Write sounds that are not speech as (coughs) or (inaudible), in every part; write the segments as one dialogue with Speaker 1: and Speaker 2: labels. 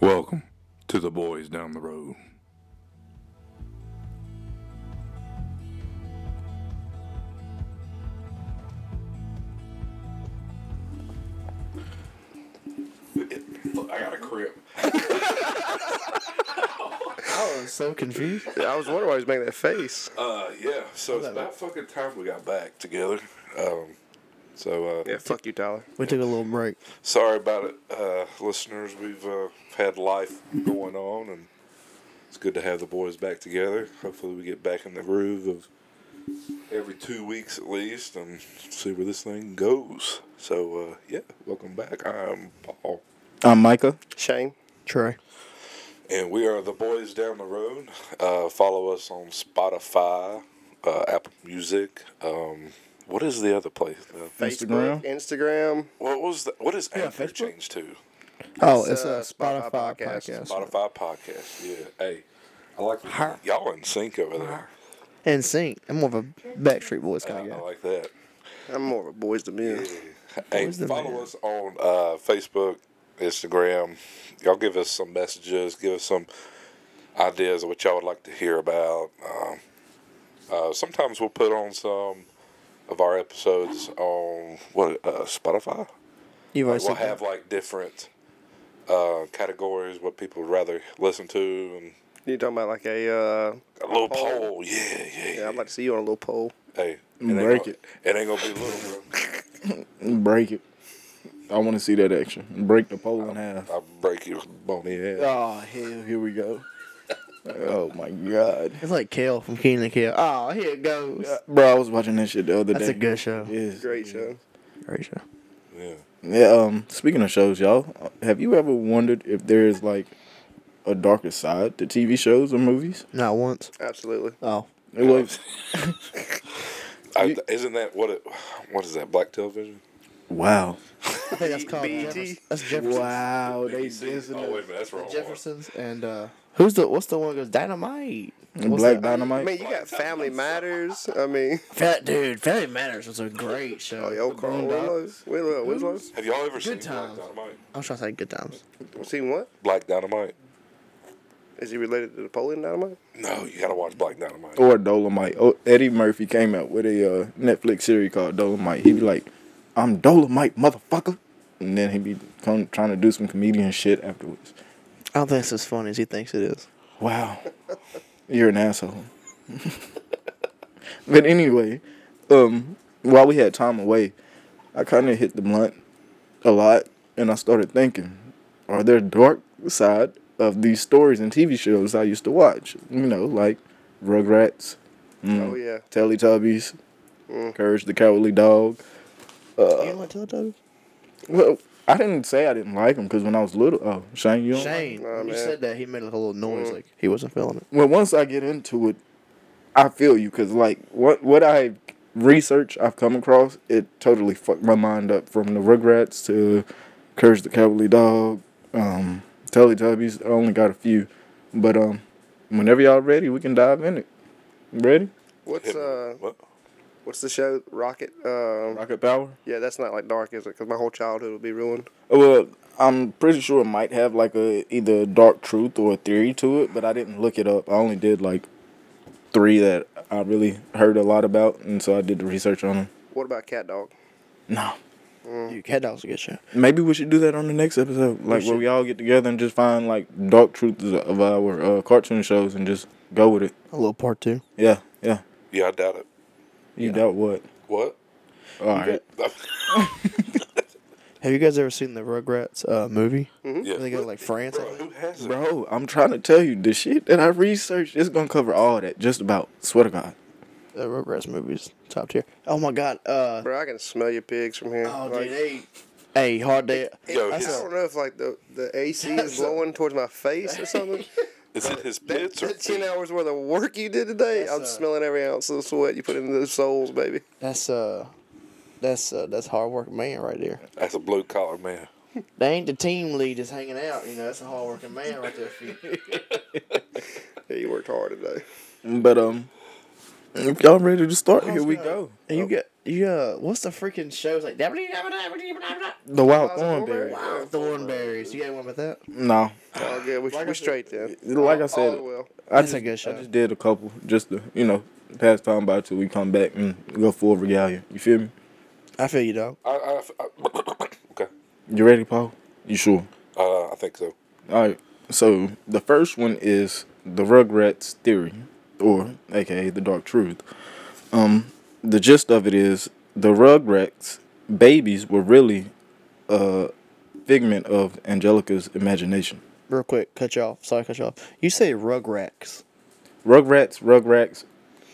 Speaker 1: Welcome to the Boys Down the Road. Look, I got a crib.
Speaker 2: I was so confused.
Speaker 3: I was wondering why he was making that face.
Speaker 1: Uh, yeah, so it's about fucking time we got back together. Um, so, uh,
Speaker 3: Yeah, fuck you, Tyler.
Speaker 2: We took a little break.
Speaker 1: sorry about it, uh, listeners. We've uh, had life going on, and it's good to have the boys back together. Hopefully, we get back in the groove of every two weeks at least, and see where this thing goes. So, uh, yeah, welcome back. I'm Paul,
Speaker 4: I'm Micah.
Speaker 3: Shane.
Speaker 2: Trey.
Speaker 1: and we are the boys down the road. Uh, follow us on Spotify, uh, Apple Music. Um, what is the other place? Uh,
Speaker 3: Facebook,
Speaker 4: Instagram.
Speaker 3: Instagram.
Speaker 1: what was the, what is Anchor
Speaker 4: Facebook.
Speaker 1: changed to?
Speaker 2: Oh,
Speaker 3: It's,
Speaker 2: it's,
Speaker 3: uh,
Speaker 2: a Spotify,
Speaker 3: Spotify podcast.
Speaker 2: podcast.
Speaker 1: Spotify podcast. Yeah. Hey, I like the,
Speaker 2: Har.
Speaker 1: y'all in sync over there.
Speaker 2: And sync. I'm more of a Backstreet Boys
Speaker 1: I,
Speaker 2: kind
Speaker 1: I
Speaker 2: of guy.
Speaker 1: like that.
Speaker 3: I'm more of a boys to men.
Speaker 1: Hey,
Speaker 2: Who's the
Speaker 1: follow
Speaker 2: man?
Speaker 1: us on uh, Facebook, Instagram. Y'all give us some messages. Give us some ideas of what y'all would like to hear about. Um, uh, sometimes we'll put on some of our episodes on what uh, Spotify.
Speaker 2: You've always
Speaker 1: We'll
Speaker 2: said
Speaker 1: have like different uh, categories what people would rather listen to and
Speaker 3: You talking about like a uh,
Speaker 1: a little
Speaker 3: Poll.
Speaker 1: poll. Yeah, yeah,
Speaker 3: yeah, I'd like to see you on a little pole.
Speaker 1: Hey, it ain't
Speaker 4: Break
Speaker 1: gonna,
Speaker 4: it.
Speaker 1: It ain't gonna be little,
Speaker 4: Break it. I want to see that action. Break the pole in half.
Speaker 1: bro. I'll break your bony head.
Speaker 4: Oh hell, here we
Speaker 2: (laughs)
Speaker 4: go. Oh my god,
Speaker 2: It's like Kale from Keenan and Kale. Oh, here it goes.
Speaker 4: bro! I was watching that shit the other
Speaker 2: That's
Speaker 4: day.
Speaker 2: a good show.
Speaker 4: Yes.
Speaker 3: Great show.
Speaker 2: Great show.
Speaker 1: Yeah.
Speaker 4: Yeah. Um. Speaking of shows, y'all, have you ever wondered if there is like a darker side to TV shows or movies?
Speaker 2: Not once.
Speaker 3: Absolutely.
Speaker 2: Oh.
Speaker 4: It was
Speaker 1: I, isn't that what it? What is that? Black television.
Speaker 4: wow.
Speaker 2: I think that's called
Speaker 3: BET?
Speaker 2: Jeffersons. That's Jeffersons.
Speaker 4: Wow. They
Speaker 1: Oh wait
Speaker 4: dissing
Speaker 1: a minute, that's wrong.
Speaker 2: Jeffersons and uh who's the what's the one that goes Dynamite? What's
Speaker 4: Black
Speaker 2: that?
Speaker 3: I
Speaker 4: Dynamite.
Speaker 3: mean, you got Family Matters. I mean,
Speaker 2: Fat dude, Family Matters was a great show.
Speaker 3: (laughs) oh, yo, Carl
Speaker 2: Boondocks.
Speaker 3: Winslow. Winslow. Winslow.
Speaker 1: Have y'all ever seen
Speaker 2: times.
Speaker 1: Black Dynamite?
Speaker 2: I was trying to say good times.
Speaker 3: Seen what?
Speaker 1: Black Dynamite.
Speaker 3: Is he related to Napoleon Dynamite?
Speaker 1: No, you gotta watch Black Dynamite.
Speaker 4: or Dolomite. Oh, Eddie Murphy came out with a uh, Netflix series called Dolomite. He'd be like, "I'm Dolomite, motherfucker," and then he'd be come, trying to do some comedian shit afterwards.
Speaker 2: I don't think it's as funny as he thinks it is.
Speaker 4: Wow, you're an asshole. (laughs) but anyway, um, while we had time away, I kind of hit the blunt a lot, and I started thinking, are there dark side of these stories and TV shows I used to watch? You know, like Rugrats. Mm.
Speaker 2: Hmm.
Speaker 3: Oh yeah.
Speaker 4: Teletubbies, Courage the Cowardly Dog.
Speaker 3: Uh,
Speaker 2: you don't like Teletubbies?
Speaker 4: Well, I didn't say I didn't like them because when I was little, oh Shane, you don't like-
Speaker 2: Shane,
Speaker 3: Nah,
Speaker 2: when you
Speaker 3: man.
Speaker 2: said that, he made like a little noise, like he wasn't feeling it.
Speaker 4: well, once I get into it, I feel you because like what what I research I've come across, it totally fucked my mind up from the Rugrats to Courage the Cowardly Dog, um, Teletubbies. I only got a few, but um, whenever y'all ready, we can dive in it. Ready?
Speaker 3: What's
Speaker 1: Hit me.
Speaker 3: uh?
Speaker 1: What?
Speaker 3: What's the show? Rocket. Um.
Speaker 4: Rocket Power.
Speaker 3: Yeah, that's not like dark, is it? Because my whole childhood would be ruined.
Speaker 4: Well, I'm pretty sure it might have like a either a dark truth or a theory to it, but I didn't look it up. I only did like three that I really heard a lot about, and so I did the research on them.
Speaker 3: What about Cat Dog?
Speaker 4: No,
Speaker 2: You cat dogs a good show.
Speaker 4: maybe we should do that on the next episode, like where we all get together and just find like dark truths of our uh, cartoon shows and just go with it.
Speaker 2: A little part two.
Speaker 4: Yeah, yeah.
Speaker 1: Yeah, I doubt it.
Speaker 4: You doubt what?
Speaker 1: What?
Speaker 4: All right.
Speaker 2: Have you guys ever seen the Rugrats uh, movie?
Speaker 1: yeah.
Speaker 2: They go to like France. I
Speaker 1: Mm-hmm. Bro,
Speaker 2: think.
Speaker 1: who has it?
Speaker 4: Bro, I'm trying to tell you the shit that I researched is gonna cover all that, just about. Swear to God.
Speaker 2: The Rugrats movies, top tier. Oh my god. Uh,
Speaker 3: Bro, I can smell your pigs from here.
Speaker 2: oh,
Speaker 3: Like,
Speaker 2: dude, they, hey, hard day.
Speaker 1: Yo,
Speaker 3: I
Speaker 1: his,
Speaker 3: don't know if like the, the AC
Speaker 2: (laughs)
Speaker 3: is
Speaker 2: That's a-
Speaker 3: blowing towards my face
Speaker 2: (laughs)
Speaker 3: or something.
Speaker 1: is it his pits or
Speaker 3: That ten hours worth of work you did today,
Speaker 2: That's
Speaker 3: I'm
Speaker 2: a-
Speaker 3: smelling every ounce of sweat you put into those souls, baby.
Speaker 2: That's uh, that's uh, that's hard working man right there.
Speaker 1: That's a blue collar man.
Speaker 2: They ain't the team lead just hanging out. You know, that's a hard working man right there. For you.
Speaker 3: Yeah, you worked hard today.
Speaker 4: But um, If y'all ready to start, here we
Speaker 2: Yeah.
Speaker 4: go.
Speaker 2: And you get yeah. What's the freaking shows like? The
Speaker 4: The Wild
Speaker 3: Wild Thornberry.
Speaker 4: Thornberry.
Speaker 2: Thornberries. You got one with that?
Speaker 4: No,
Speaker 3: Oh, good. We, we straight then.
Speaker 4: like I
Speaker 3: All
Speaker 4: said,
Speaker 3: well.
Speaker 4: I
Speaker 2: That's
Speaker 4: just,
Speaker 2: a good show.
Speaker 4: I just did a couple just to you know pass time by till we come back and go full regalia. You feel me?
Speaker 2: I feel you, dog.
Speaker 1: I, I, I- (coughs) okay.
Speaker 4: You ready, Paul? You sure?
Speaker 1: Uh, I think so.
Speaker 4: All right. So the first one is the Rugrats theory, or aka the dark truth. Um, the gist of it is the Rugrats babies were really a figment of Angelica's imagination.
Speaker 2: Real quick, cut you off. Sorry, to cut you off. You say Rugrats.
Speaker 4: Rugrats, Rugrats.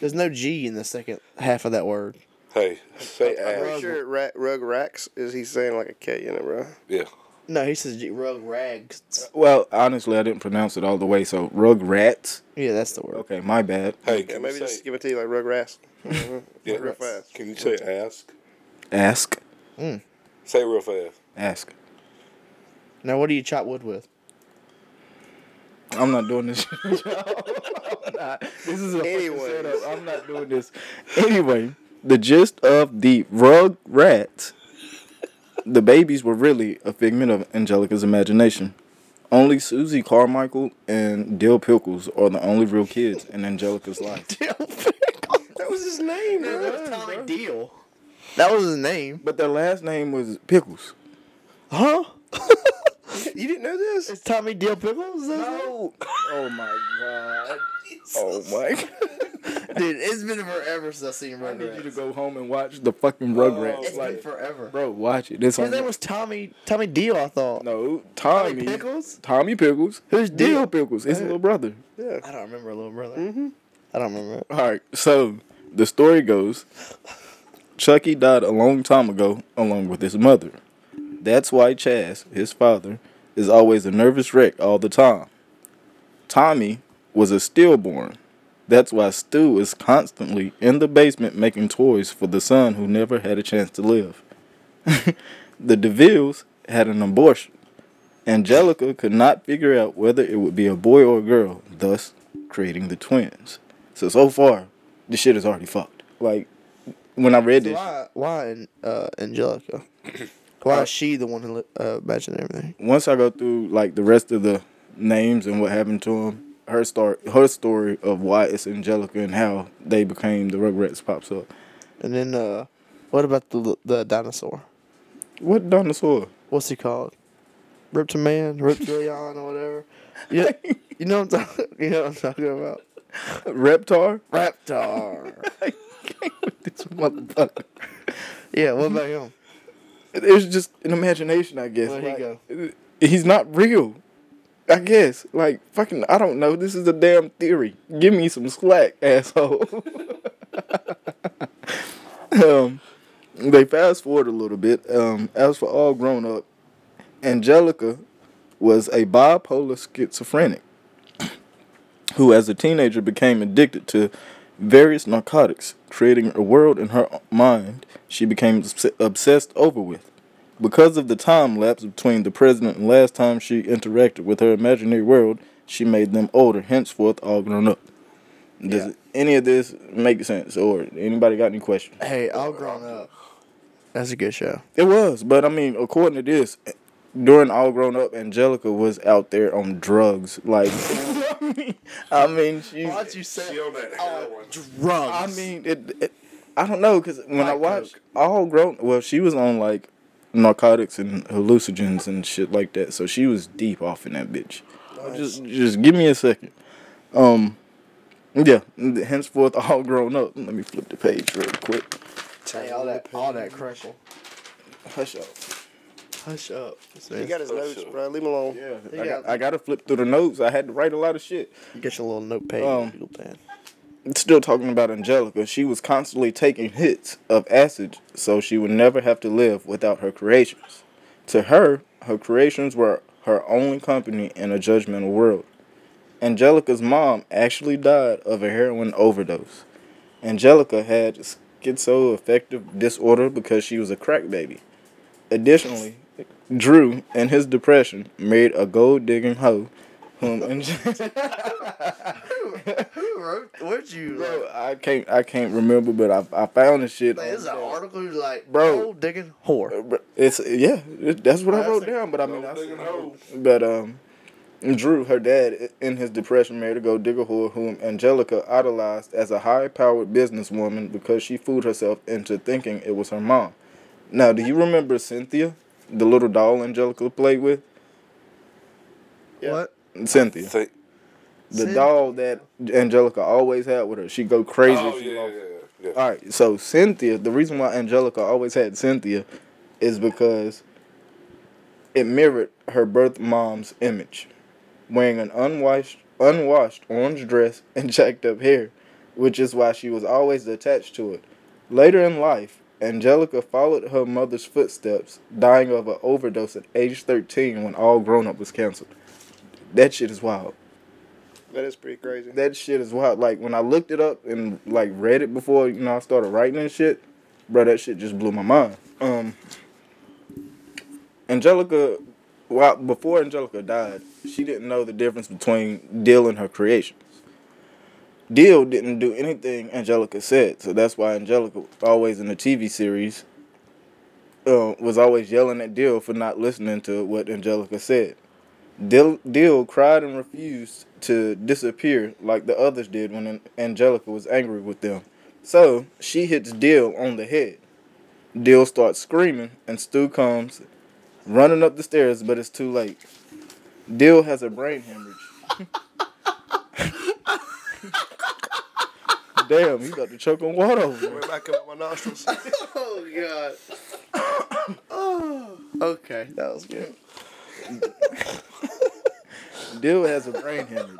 Speaker 2: There's no G in the second half of that word.
Speaker 1: Hey, say
Speaker 3: I'm
Speaker 1: ass.
Speaker 3: pretty sure ra- Rug Racks is he saying like a K in it, bro?
Speaker 1: Yeah.
Speaker 2: No, he says G- Rugrats.
Speaker 4: Well, honestly, I didn't pronounce it all the way, so Rugrats.
Speaker 2: Yeah, that's the word.
Speaker 4: Okay, my bad.
Speaker 1: Hey,
Speaker 3: Yeah,
Speaker 1: can
Speaker 3: maybe
Speaker 1: you
Speaker 3: just
Speaker 1: say,
Speaker 3: give it to you like (laughs) Rug Racks. hmm
Speaker 1: yeah,
Speaker 3: real fast.
Speaker 1: Can you say ask?
Speaker 4: Ask,
Speaker 1: Say real fast.
Speaker 4: ask.
Speaker 2: Now, what do you chop wood
Speaker 4: (laughs)
Speaker 2: with?
Speaker 4: I'm not doing this. (laughs) I'm not. This is a fucking
Speaker 3: Anyways.
Speaker 4: setup. I'm not doing this. Anyway, the gist of the rug rats, the babies were really a figment of Angelica's imagination. Only Susie Carmichael and Dill Pickles are the only real kids in
Speaker 2: (laughs)
Speaker 4: Angelica's life.
Speaker 3: That was his name, bro.
Speaker 2: Tommy Deal. That was his name.
Speaker 4: But their last name was Pickles.
Speaker 2: Huh?
Speaker 3: you didn't know this?
Speaker 2: It's Tommy Deal Pickles? No.
Speaker 4: Oh my god. Oh my god.
Speaker 2: Dude, it's been forever since I've seen
Speaker 4: I
Speaker 2: Rugrats.
Speaker 4: need you to go home and watch the fucking Rugrats.
Speaker 2: It's been
Speaker 4: like,
Speaker 2: forever.
Speaker 4: bro, watch it. This
Speaker 2: Oh. His name was Tommy Tommy Deal, I thought.
Speaker 4: No, Tommy.
Speaker 2: Tommy Pickles?
Speaker 4: Tommy Pickles.
Speaker 2: Who's Dill?
Speaker 4: Deal Pickles. His little brother.
Speaker 3: Yeah.
Speaker 2: I don't remember little brother. Mm-hmm. I don't remember.
Speaker 4: All right. So the story goes, Chucky died a long time ago, along with his mother. That's why Chaz, his father, is always a nervous wreck all the time. Tommy was a stillborn. That's why Stu is constantly in the basement making toys for the son who never had a chance to live. (laughs) the DeVilles had an abortion. Angelica could not figure out whether it would be a boy or a girl, thus creating the twins. So so far, this shit is already fucked. Like when I read this,
Speaker 2: Why? Why uh, Angelica?
Speaker 1: (clears throat)
Speaker 2: Why is she the one who li- uh, imagined everything?
Speaker 4: once I go through like the rest of the names and what happened to them, her start her story of why it's Angelica and how they became the Rugrats pops up.
Speaker 2: And then, uh, what about the the dinosaur?
Speaker 4: What dinosaur? (laughs)
Speaker 2: What's he called? Riptoman, Riptilion, or whatever. You, you know what I'm talking. (laughs) You know what I'm talking about.
Speaker 4: Reptar?
Speaker 1: (laughs)
Speaker 2: Raptor.
Speaker 4: This motherfucker.
Speaker 2: yeah. What about him?
Speaker 4: It was just an imagination, I guess.
Speaker 2: Where'd he go?
Speaker 4: like, He's not real. I guess. Like, fucking, I don't know. This is a damn theory. Give me some slack, (laughs) asshole. um, they fast forward a little bit. Um, as for all grown up, Angelica was a bipolar schizophrenic who, as a teenager, became addicted to various narcotics, creating a world in her mind she became obs- obsessed over with. Because of the time lapse between the president and last time she interacted with her imaginary world, she made them older, henceforth all grown up. Does any of this make sense, or anybody got any questions?
Speaker 2: Hey, all grown up. That's a good show.
Speaker 4: It was, but I mean, according to this, during all grown up, Angelica was out there on drugs. Like, (laughs) I mean, I mean, she.
Speaker 2: Why'd you say?
Speaker 1: She on that heroin.
Speaker 4: I
Speaker 2: Drugs.
Speaker 4: mean, it, it. I don't know, cause when I
Speaker 2: Like
Speaker 4: watched all grown, well, she was on like narcotics and hallucinogens and shit like that, so she was deep off in that bitch. Just, just give me a second. Um, yeah. Henceforth, (laughs) all grown up. Let me flip the page real quick.
Speaker 2: Hey, all that, all that crushing.
Speaker 4: Hush up.
Speaker 2: Hush up.
Speaker 3: He got his
Speaker 1: Oh,
Speaker 3: notes,
Speaker 1: sure.
Speaker 3: bro. Leave him alone.
Speaker 4: Yeah,
Speaker 2: They
Speaker 4: I, got,
Speaker 2: got-
Speaker 4: I got to flip through the notes. I had to write a lot of shit.
Speaker 2: Get your little notepad,
Speaker 4: Um,
Speaker 2: and Google (laughs) pad.
Speaker 4: Still talking about Angelica, she was constantly taking hits of acid, so she would never have to live without her creations. To her, her creations were her only company in a judgmental world. Angelica's mom actually died of a heroin overdose. Angelica had schizoaffective disorder because she was a crack baby. Additionally, Drew, in his depression, married a gold digging hoe whom Angelica.
Speaker 2: wrote? Where'd you?
Speaker 4: Bro,
Speaker 2: like,
Speaker 4: I can't I can't remember, but I I found this shit.
Speaker 2: man, this is an article. You're like,
Speaker 4: Bro.
Speaker 2: bro, digging whore.
Speaker 4: It's yeah, it, that's what I
Speaker 2: That's
Speaker 4: wrote
Speaker 2: a-
Speaker 4: down. But I
Speaker 1: no
Speaker 4: mean, I,
Speaker 1: digging hole.
Speaker 4: but um, Drew, her dad, i- in his depression, married a gold digger whore whom Angelica idolized as a high-powered businesswoman because she fooled herself into thinking it was her mom. Now, do you remember Cynthia, the little doll Angelica played with?
Speaker 3: Yeah.
Speaker 2: What?
Speaker 4: Cynthia,
Speaker 1: Think,
Speaker 4: the
Speaker 2: Cyn-
Speaker 4: doll that Angelica always had with her. She go crazy.
Speaker 1: oh,
Speaker 4: if she
Speaker 1: yeah,
Speaker 4: lost
Speaker 1: yeah, yeah,
Speaker 3: Uh,
Speaker 1: yeah.
Speaker 4: All right, so Cynthia, the reason why Angelica always had Cynthia is because it mirrored her birth mom's image, wearing an unwashed, unwashed orange dress and (laughs) jacked up hair, which is why she was always attached to it. Later in life, Angelica followed her mother's footsteps, dying of an overdose at age 13 when All Grown Up was canceled. That shit is wild
Speaker 3: That is pretty crazy.
Speaker 4: that shit is wild. Like when I looked it up and like read it before, you know, I started writing and shit, bro, that shit just blew my mind. Um Angelica well before Angelica died, she didn't know the difference between Dill and her creations. Dill didn't do anything Angelica said, so that's why Angelica was always in the TV series uh, was always yelling at Dill for not listening to what Angelica said. Dill, Dill cried and refused to disappear like the others did when An- Angelica was angry with them. So she hits Dill on the head. Dill starts screaming, and Stu comes running up the stairs, but it's too late. Dill has a brain hemorrhage. Damn, you got to choke on water over there.
Speaker 3: Went back up my (laughs) nostrils.
Speaker 2: Oh god.
Speaker 4: (coughs)
Speaker 2: oh. Okay, that was good.
Speaker 4: Dill has a brain hemorrhage.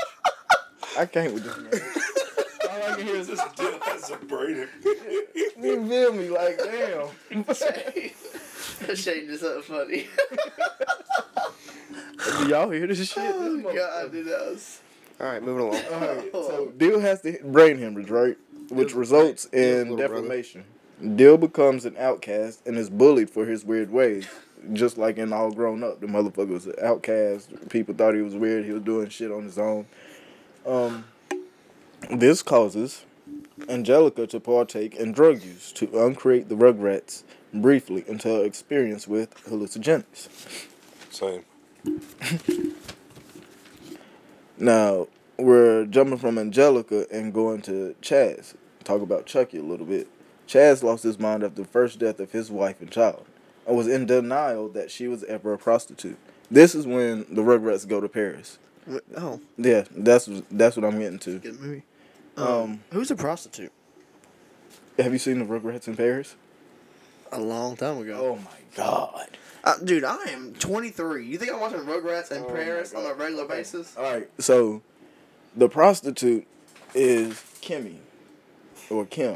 Speaker 4: I can't with this man. All I can hear is this.
Speaker 1: Dude, that's a brain.
Speaker 4: You feel me? Like,
Speaker 2: (laughs)
Speaker 4: damn.
Speaker 2: that shade is so
Speaker 4: (laughs)
Speaker 2: funny.
Speaker 4: Do y'all hear this shit?
Speaker 2: Oh
Speaker 4: This mother-
Speaker 2: dude, that was.
Speaker 3: All right, moving along.
Speaker 4: Alright, so Dill has the brain hemorrhage, right? Which results in
Speaker 3: little brother.
Speaker 4: defamation. Dill becomes an outcast and is bullied for his weird ways. Just like in All Grown Up, the motherfucker was an outcast. People thought he was weird. He was doing shit on his own. Um, this causes Angelica to partake in drug use to uncreate the Rugrats briefly until her experience with hallucinogens.
Speaker 1: Same.
Speaker 4: Now we're jumping from Angelica and going to Chaz. Talk about Chucky a little bit. Chaz lost his mind after the first death of his wife and child, and was in denial that she was ever a prostitute. This is when the Rugrats go to Paris.
Speaker 2: Oh,
Speaker 4: Yeah, that's that's what I'm getting to.
Speaker 2: good movie. Um,
Speaker 4: Um,
Speaker 2: who's a prostitute?
Speaker 4: Have you seen the Rugrats in Paris?
Speaker 2: A long time ago.
Speaker 4: oh my god!
Speaker 2: Uh, dude, I am 23. You think I'm watching Rugrats
Speaker 4: Oh
Speaker 2: in Paris on a regular basis?
Speaker 4: All right, so the prostitute is Kimmy
Speaker 2: (laughs)
Speaker 4: or Kim.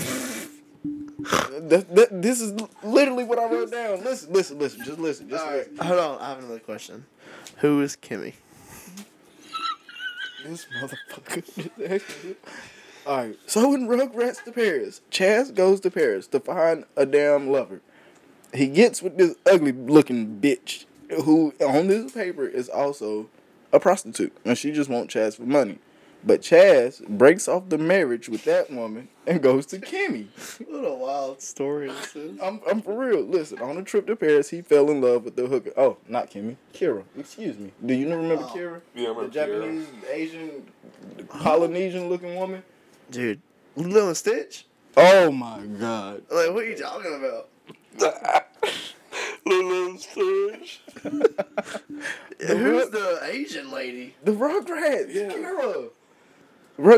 Speaker 4: that, that, this is literally what I wrote down. Listen, listen, listen. Just listen. Just
Speaker 2: All right,
Speaker 4: listen.
Speaker 2: hold on. I have another question. Who is Kimmy?
Speaker 4: This motherfucker. (laughs) All right. So in Rugrats to Paris, Chaz goes to Paris to find a damn lover. He gets with this ugly looking bitch who, on this paper, is also a prostitute, and she just wants Chaz for money. But Chaz breaks off the marriage with that woman and goes to Kimmy.
Speaker 2: What a wild story this is.
Speaker 4: I'm, I'm for real. Listen, on a trip to Paris, he fell in love with the hooker. Oh, not Kimmy. Kira. Excuse me. Do you remember
Speaker 2: Oh.
Speaker 4: Kira?
Speaker 1: Yeah, I remember
Speaker 4: The Japanese, Asian, Polynesian looking woman.
Speaker 2: Dude, Lilo and Stitch?
Speaker 4: Oh my God.
Speaker 2: Like, what are you talking about?
Speaker 1: Little Stitch.
Speaker 2: Who's the Asian lady?
Speaker 4: The Rugrats.
Speaker 1: Yeah.
Speaker 2: Oh,
Speaker 4: Kira.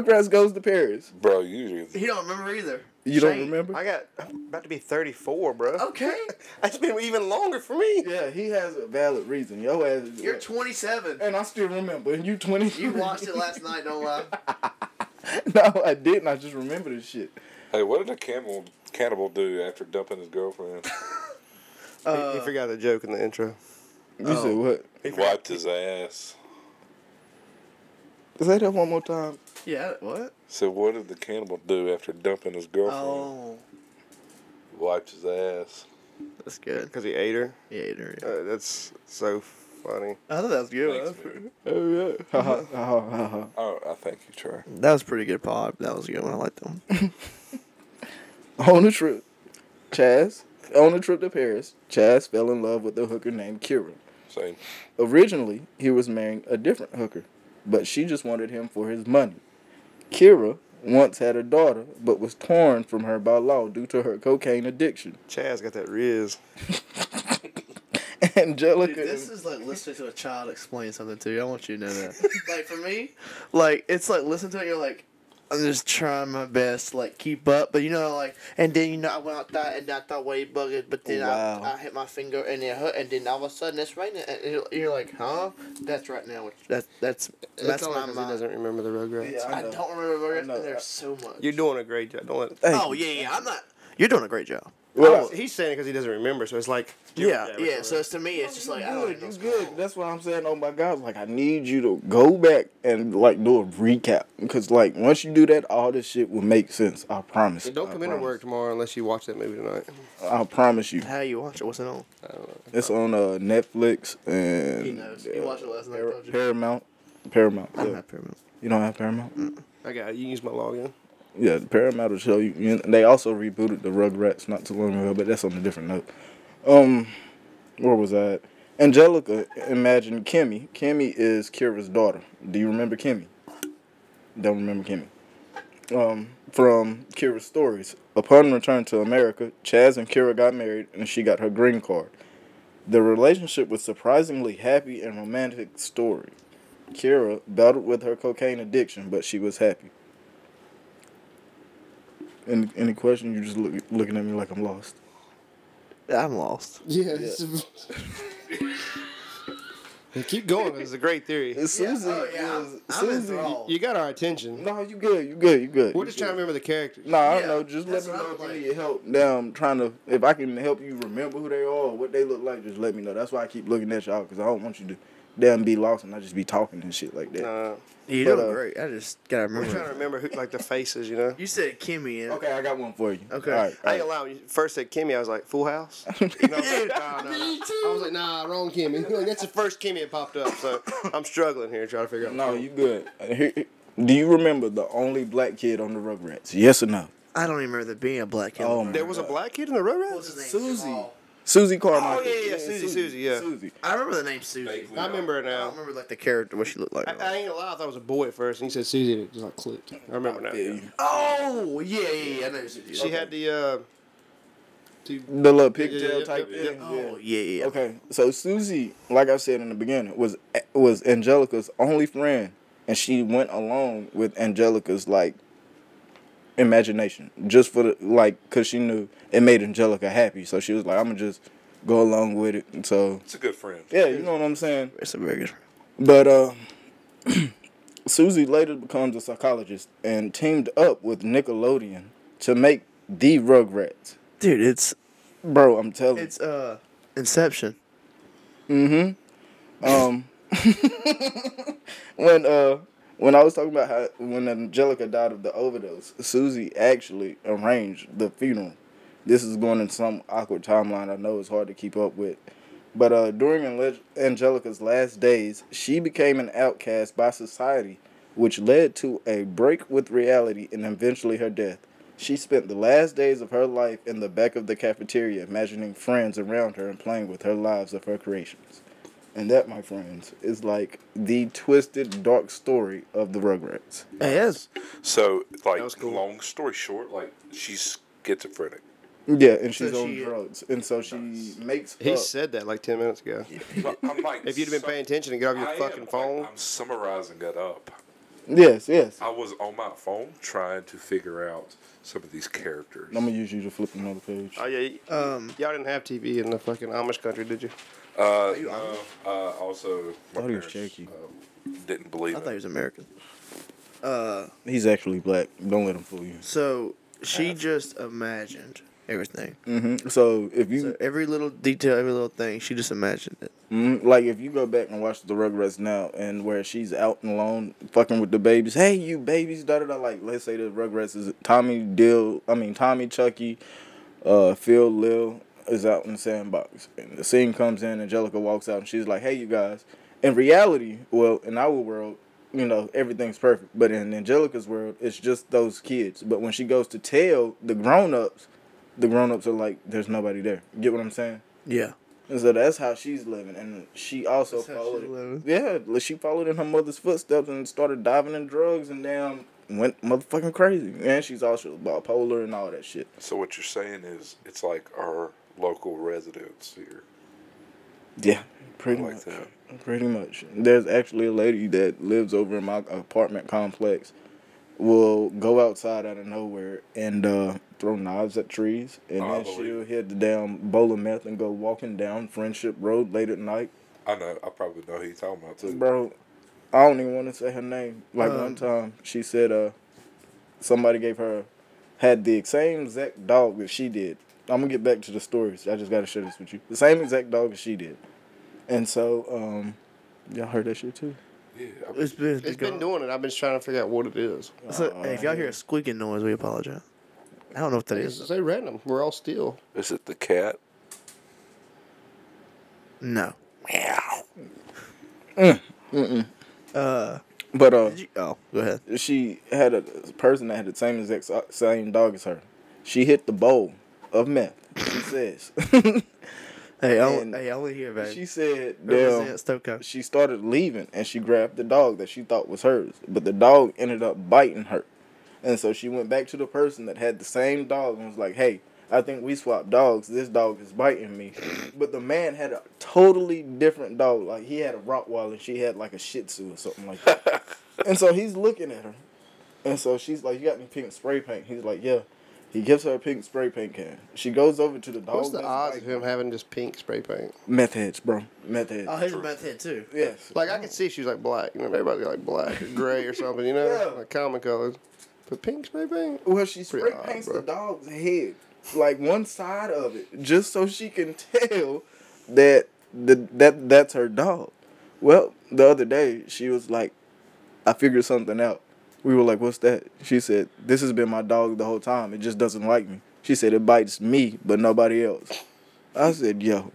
Speaker 4: Rugrats goes to Paris.
Speaker 1: Bro, you.
Speaker 2: He don't remember either.
Speaker 4: You don't remember?
Speaker 3: I got I'm about to be 34, bro.
Speaker 2: Okay,
Speaker 3: Oh. That's been even longer for me.
Speaker 4: yeah, he has a valid reason. Yo ass. is-
Speaker 2: you're 27.
Speaker 4: and I still remember. And you 20.
Speaker 2: You watched it last night. Don't lie.
Speaker 4: (laughs) no, I didn't. I just remember this shit.
Speaker 1: Hey, what did a camel cannibal do after dumping his
Speaker 3: (laughs)
Speaker 1: girlfriend?
Speaker 3: he, he forgot the joke in the intro.
Speaker 4: You
Speaker 1: Oh.
Speaker 4: said what?
Speaker 1: He wiped his ass.
Speaker 4: Say that one more time.
Speaker 2: (laughs) Yeah. What?
Speaker 1: So what did the cannibal do after dumping his girlfriend?
Speaker 2: Oh,
Speaker 1: Wiped his ass.
Speaker 2: that's good.
Speaker 3: Because he ate her.
Speaker 2: Yeah, you don't-
Speaker 3: Uh, that's so funny.
Speaker 2: I thought that was good.
Speaker 1: Thanks,
Speaker 2: that, was
Speaker 1: man.
Speaker 4: Oh yeah. Ha, ha, ha, ha, ha, ha.
Speaker 1: Oh, I thank you, Trey.
Speaker 2: pretty, that was pretty good pod. That was a good one. I liked that one.
Speaker 4: On a trip, Chaz, on a trip to Paris, Chaz fell in love with a hooker named Kira.
Speaker 1: Same.
Speaker 4: Originally, he was marrying a different hooker, but she just wanted him for his money. Kira once had a daughter, but was torn from her by law due to her cocaine addiction. (laughs)
Speaker 3: Chaz got that Riz.
Speaker 4: Angelica.
Speaker 2: Dude, this is like listening to a child explain something to you. I want you to know that. like for me, like it's like listening to it. You're like, I'm just trying my best, to, like keep up. But you know, like, and then you know, I went out there and I thought way bugged, but then
Speaker 4: Wow.
Speaker 2: I, I hit my finger and it hurt, and then all of a sudden it's raining, and you're, you're like, huh? That's right now. Which, that's that's that's
Speaker 3: That's
Speaker 2: my
Speaker 3: only because he
Speaker 2: mind.
Speaker 3: doesn't remember the Rugrats.
Speaker 4: Yeah,
Speaker 2: I
Speaker 4: know.
Speaker 2: don't remember where
Speaker 4: I know.
Speaker 2: there's so much.
Speaker 3: You're doing a great job. Don't let.
Speaker 4: Thank
Speaker 2: oh
Speaker 4: you.
Speaker 2: yeah, yeah. I'm not. You're doing a great job.
Speaker 3: Oh,
Speaker 4: Well,
Speaker 3: he's saying it because he doesn't remember, so it's like.
Speaker 2: Yeah,
Speaker 3: Jabber
Speaker 2: yeah.
Speaker 3: jabber.
Speaker 2: So it's to me, it's just like I
Speaker 4: good,
Speaker 2: don't know
Speaker 4: you
Speaker 2: what's
Speaker 4: good.
Speaker 2: going on.
Speaker 4: That's what I'm saying. Oh my God! Like I need you to go back and like do a recap because like once you do that, all this shit will make sense. I promise.
Speaker 3: Don't
Speaker 4: I
Speaker 3: come into
Speaker 4: promise.
Speaker 3: work tomorrow unless you watch that movie tonight.
Speaker 4: I promise you.
Speaker 2: How you watch it? What's it on?
Speaker 3: I don't know.
Speaker 4: It's on uh, Netflix and
Speaker 2: He knows. He watched it last night,
Speaker 4: Par-
Speaker 2: told you. Uh-huh.
Speaker 4: Paramount. Paramount.
Speaker 2: I'm
Speaker 4: yeah.
Speaker 2: not Paramount.
Speaker 4: You don't have Paramount?
Speaker 3: I got it. You can use my login.
Speaker 4: Yeah, Paramount will show you. you- They also rebooted the Rugrats not too long ago, but that's on a different note. Um, where was I? At? Angelica imagined Kimmy. Kimmy is Kira's daughter. Do you remember Kimmy? Don't remember Kimmy. Um, from Kira's stories. Upon return to America, Chaz and Kira got married, and she got her green card. The relationship was surprisingly happy and romantic story. Kira battled with her cocaine addiction, but she was happy. Any, any question? You just look, looking at me like I'm lost.
Speaker 2: I'm lost.
Speaker 3: Yeah.
Speaker 4: (laughs)
Speaker 3: Keep going. It's a great theory.
Speaker 4: Susie
Speaker 3: Oh,
Speaker 2: Oh,
Speaker 4: is Susie.
Speaker 3: You got our attention.
Speaker 4: No, you good. You good. You good.
Speaker 3: We're
Speaker 4: you
Speaker 3: just trying to
Speaker 4: good.
Speaker 3: remember the characters.
Speaker 4: No, I
Speaker 2: Yeah,
Speaker 4: don't know. Just let
Speaker 2: that's
Speaker 4: me
Speaker 2: what
Speaker 4: know
Speaker 2: I'm
Speaker 4: if you
Speaker 2: like.
Speaker 4: need help. Now I'm trying to. If I can help you remember who they are, or what they look like, just let me know. That's why I keep looking at y'all because I don't want you to damn be lost and I just be talking and shit like that.
Speaker 3: No.
Speaker 2: You're
Speaker 4: But,
Speaker 2: doing
Speaker 4: uh,
Speaker 2: great. I just gotta
Speaker 3: We're trying to
Speaker 2: remember.
Speaker 3: remember who, like the faces, you know.
Speaker 2: You said Kimmy. And
Speaker 4: Okay, I got one for you.
Speaker 2: Okay.
Speaker 4: All right.
Speaker 3: I ain't
Speaker 4: all right.
Speaker 3: allowed. First said Kimmy, I was like Full House.
Speaker 2: (laughs)
Speaker 3: I was like, nah, wrong Kimmy. (laughs) Like, That's the first Kimmy that popped up. So I'm struggling here trying to figure out.
Speaker 4: No, you good. Uh, here- do you remember the only black kid on the Rugrats? Yes or no?
Speaker 2: I don't even remember there being a black kid.
Speaker 4: Oh my
Speaker 3: There was a black kid in the Rugrats.
Speaker 4: Susie. Susie Carmichael.
Speaker 3: Oh, yeah, yeah, Susie, Susie, yeah.
Speaker 4: Susie.
Speaker 2: I remember the name Susie.
Speaker 1: Vaguely.
Speaker 3: I remember it
Speaker 2: I don't
Speaker 3: now.
Speaker 2: remember like the character what she looked like.
Speaker 3: I, I ain't allowed. I thought it was a boy at first, and he said Susie. and It just like clicked. I remember now.
Speaker 4: Yeah.
Speaker 2: oh yeah, yeah, yeah. I know Susie.
Speaker 3: She had the. uh two-
Speaker 4: The little pigtail
Speaker 3: Yeah, yeah,
Speaker 4: type
Speaker 3: yeah,
Speaker 4: thing.
Speaker 2: Oh yeah, yeah. Okay.
Speaker 4: Okay, so Susie, like I said in the beginning, was was Angelica's only friend, and she went along with Angelica's like imagination, just for the like, cause she knew it made Angelica happy, so she was like, I'm gonna just go along with it. And so
Speaker 1: It's a good friend.
Speaker 4: yeah, you know what I'm saying.
Speaker 2: It's a very good.
Speaker 4: But uh, (clears throat) Susie later becomes a psychologist and teamed up with Nickelodeon to make the Rugrats.
Speaker 2: Dude, it's
Speaker 4: Bro, I'm telling you.
Speaker 2: it's uh Inception.
Speaker 4: Um, (laughs) when uh, when I was talking about how when Angelica died of the overdose, Susie actually arranged the funeral. This is going in some awkward timeline. I know it's hard to keep up with, but uh, during Ange- Angelica's last days, she became an outcast by society, which led to a break with reality and eventually her death. She spent the last days of her life in the back of the cafeteria, imagining friends around her and playing with her lives of her creations. And that, my friends, is like the twisted, dark story of the Rugrats.
Speaker 2: It is.
Speaker 1: So, like,
Speaker 3: That was cool.
Speaker 1: long story short, like, she's schizophrenic.
Speaker 4: Yeah, and she's
Speaker 2: So
Speaker 4: on
Speaker 2: she- uh,
Speaker 4: drugs, and so she makes.
Speaker 3: He
Speaker 4: up-
Speaker 3: said that like ten minutes ago.
Speaker 1: But I'm like,
Speaker 3: If you'd have been paying attention and get off your
Speaker 1: I am,
Speaker 3: fucking
Speaker 1: like,
Speaker 3: phone,
Speaker 1: I'm summarizing that up.
Speaker 4: yes, yes.
Speaker 1: I was on my phone trying to figure out some of these characters.
Speaker 4: I'm gonna use you to flip another page.
Speaker 3: oh yeah, y-
Speaker 2: Um,
Speaker 3: y'all didn't have TV in the fucking Amish country, did you?
Speaker 1: Uh, no, uh, also, my
Speaker 4: thought he was
Speaker 1: parents,
Speaker 4: Cherokee.
Speaker 1: uh, didn't believe
Speaker 2: I thought he
Speaker 1: it.
Speaker 2: was American. Uh,
Speaker 4: He's actually black. Don't let him fool you.
Speaker 2: so she just imagined everything.
Speaker 4: hmm So if you
Speaker 2: So every little detail, every little thing, she just imagined it.
Speaker 4: Mm, like if you go back and watch the Rugrats now, and where she's out and alone, fucking with the babies. Hey, you babies, da da da. Like let's say the Rugrats is Tommy Dill. I mean Tommy, Chucky, uh, Phil, Lil, is out in the sandbox, and the scene comes in. Angelica walks out, and she's like, "Hey, you guys." In reality, well, in our world, you know, everything's perfect. But in Angelica's world, it's just those kids. But when she goes to tell the grown ups, the grown ups are like, "There's nobody there." You get what I'm saying?
Speaker 2: Yeah.
Speaker 4: And so that's how she's living, and she also
Speaker 2: That's how she's
Speaker 4: followed.
Speaker 2: living.
Speaker 4: Yeah, like, she followed in her mother's footsteps and started diving in drugs, and damn, went motherfucking crazy. And she's also bipolar and all that shit.
Speaker 1: So what you're saying is it's like our local residents here.
Speaker 4: Yeah, pretty
Speaker 1: like
Speaker 4: much.
Speaker 1: that.
Speaker 4: Pretty much. There's actually a lady that lives over in my apartment complex. Will go outside out of nowhere and uh, throw knives at trees, and
Speaker 1: Oh, I
Speaker 4: then
Speaker 1: believe
Speaker 4: she'll hit the damn bowl of meth and go walking down Friendship Road late at night.
Speaker 1: I know. I probably know who you're talking about too.
Speaker 4: bro. I don't even want to say her name. Like
Speaker 2: Um,
Speaker 4: one time, she said, "Uh, somebody gave her had the same exact dog that she did." I'm gonna get back to the stories. I just gotta share this with you. The same exact dog that she did, and so um, y'all heard that shit too.
Speaker 1: Yeah, I-
Speaker 2: It's been.
Speaker 3: It's been doing it. I've been trying to figure out what it is.
Speaker 2: So, hey, if y'all hear a squeaking noise, we apologize. I don't know what that
Speaker 3: It's
Speaker 2: is.
Speaker 3: so random. We're all still.
Speaker 1: Is it the cat?
Speaker 2: No.
Speaker 1: Meow.
Speaker 4: But uh,
Speaker 2: Did you- Oh, go ahead.
Speaker 4: she had a person that had the same exact uh, same dog as her. She hit the bowl of meth. She says. (laughs)
Speaker 2: Hey, I
Speaker 4: And
Speaker 2: only, hey, I only hear about
Speaker 4: she
Speaker 2: it.
Speaker 4: said, "Damn."
Speaker 2: Represent Stokoe.
Speaker 4: she started leaving and she grabbed the dog that she thought was hers, but the dog ended up biting her. And so she went back to the person that had the same dog and was like, "Hey, I think we swapped dogs. This dog is
Speaker 3: (laughs)
Speaker 4: biting me." But the man had a totally different dog. Like he had a Rottweiler and she had like a Shih Tzu or something
Speaker 3: (laughs)
Speaker 4: like that. and so he's looking at her. And so she's like, "You got me pink spray paint." He's like, "Yeah." He gives her a pink spray paint can. She goes over to the dog.
Speaker 3: What's the
Speaker 4: that's
Speaker 3: odds of
Speaker 4: biting-
Speaker 3: him having just pink spray paint?
Speaker 4: Meth heads, bro. Meth heads.
Speaker 2: Oh, here's about that too.
Speaker 4: yes.
Speaker 3: Like I could see she's like black. You know, everybody got like black, or gray, or something. (laughs) You know,
Speaker 4: Yeah.
Speaker 3: like common colors. But pink spray paint.
Speaker 4: Well, she spray
Speaker 3: Pretty odd,
Speaker 4: paints the
Speaker 3: bro.
Speaker 4: dog's head, like one side of it, just so she can (laughs) tell that the, that that's her dog. Well, the other day she was like, "I figured something out." We were like, "What's that?" She said, "This has been my dog the whole time. It just doesn't like me." She said, "It bites me, but nobody else." I said, "Yo."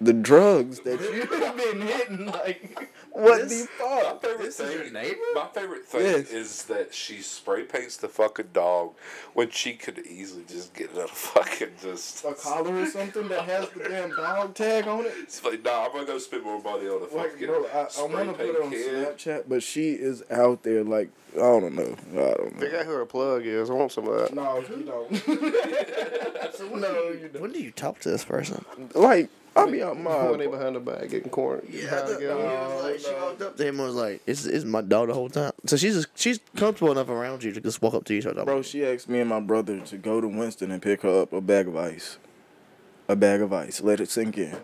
Speaker 4: The drugs that (laughs) you've been hitting, like, what the
Speaker 2: This-
Speaker 1: My
Speaker 4: fuck?
Speaker 1: favorite thing, my favorite thing
Speaker 4: Yes.
Speaker 1: is that she spray paints the fucking dog when she could easily just get it a (laughs) fucking just.
Speaker 4: A collar or something that has the damn dog tag on it?
Speaker 1: It's like, nah, I'm gonna go spend more money on a
Speaker 4: Like,
Speaker 1: fucking
Speaker 4: bro, I, I
Speaker 1: spray
Speaker 4: want to put
Speaker 1: paint
Speaker 4: her on
Speaker 1: can.
Speaker 4: Snapchat, but she is out there like I don't know. I don't know.
Speaker 3: Figure out who her plug is. I want some of that.
Speaker 4: No, you don't. no, you don't.
Speaker 2: When do you talk to this person?
Speaker 4: (laughs) Like I'll be
Speaker 1: (laughs)
Speaker 4: out
Speaker 3: When they
Speaker 4: my.
Speaker 3: behind the back getting cornered. Hide
Speaker 2: the-
Speaker 3: together.
Speaker 2: like, she walked up to him and was like, "Is is my dog the whole time?" So she's just, she's comfortable enough around you to just walk up to you. and start talking.
Speaker 4: Bro, she asked me and my brother to go to Winston and pick her up a bag of ice. A bag of ice. Let it sink in.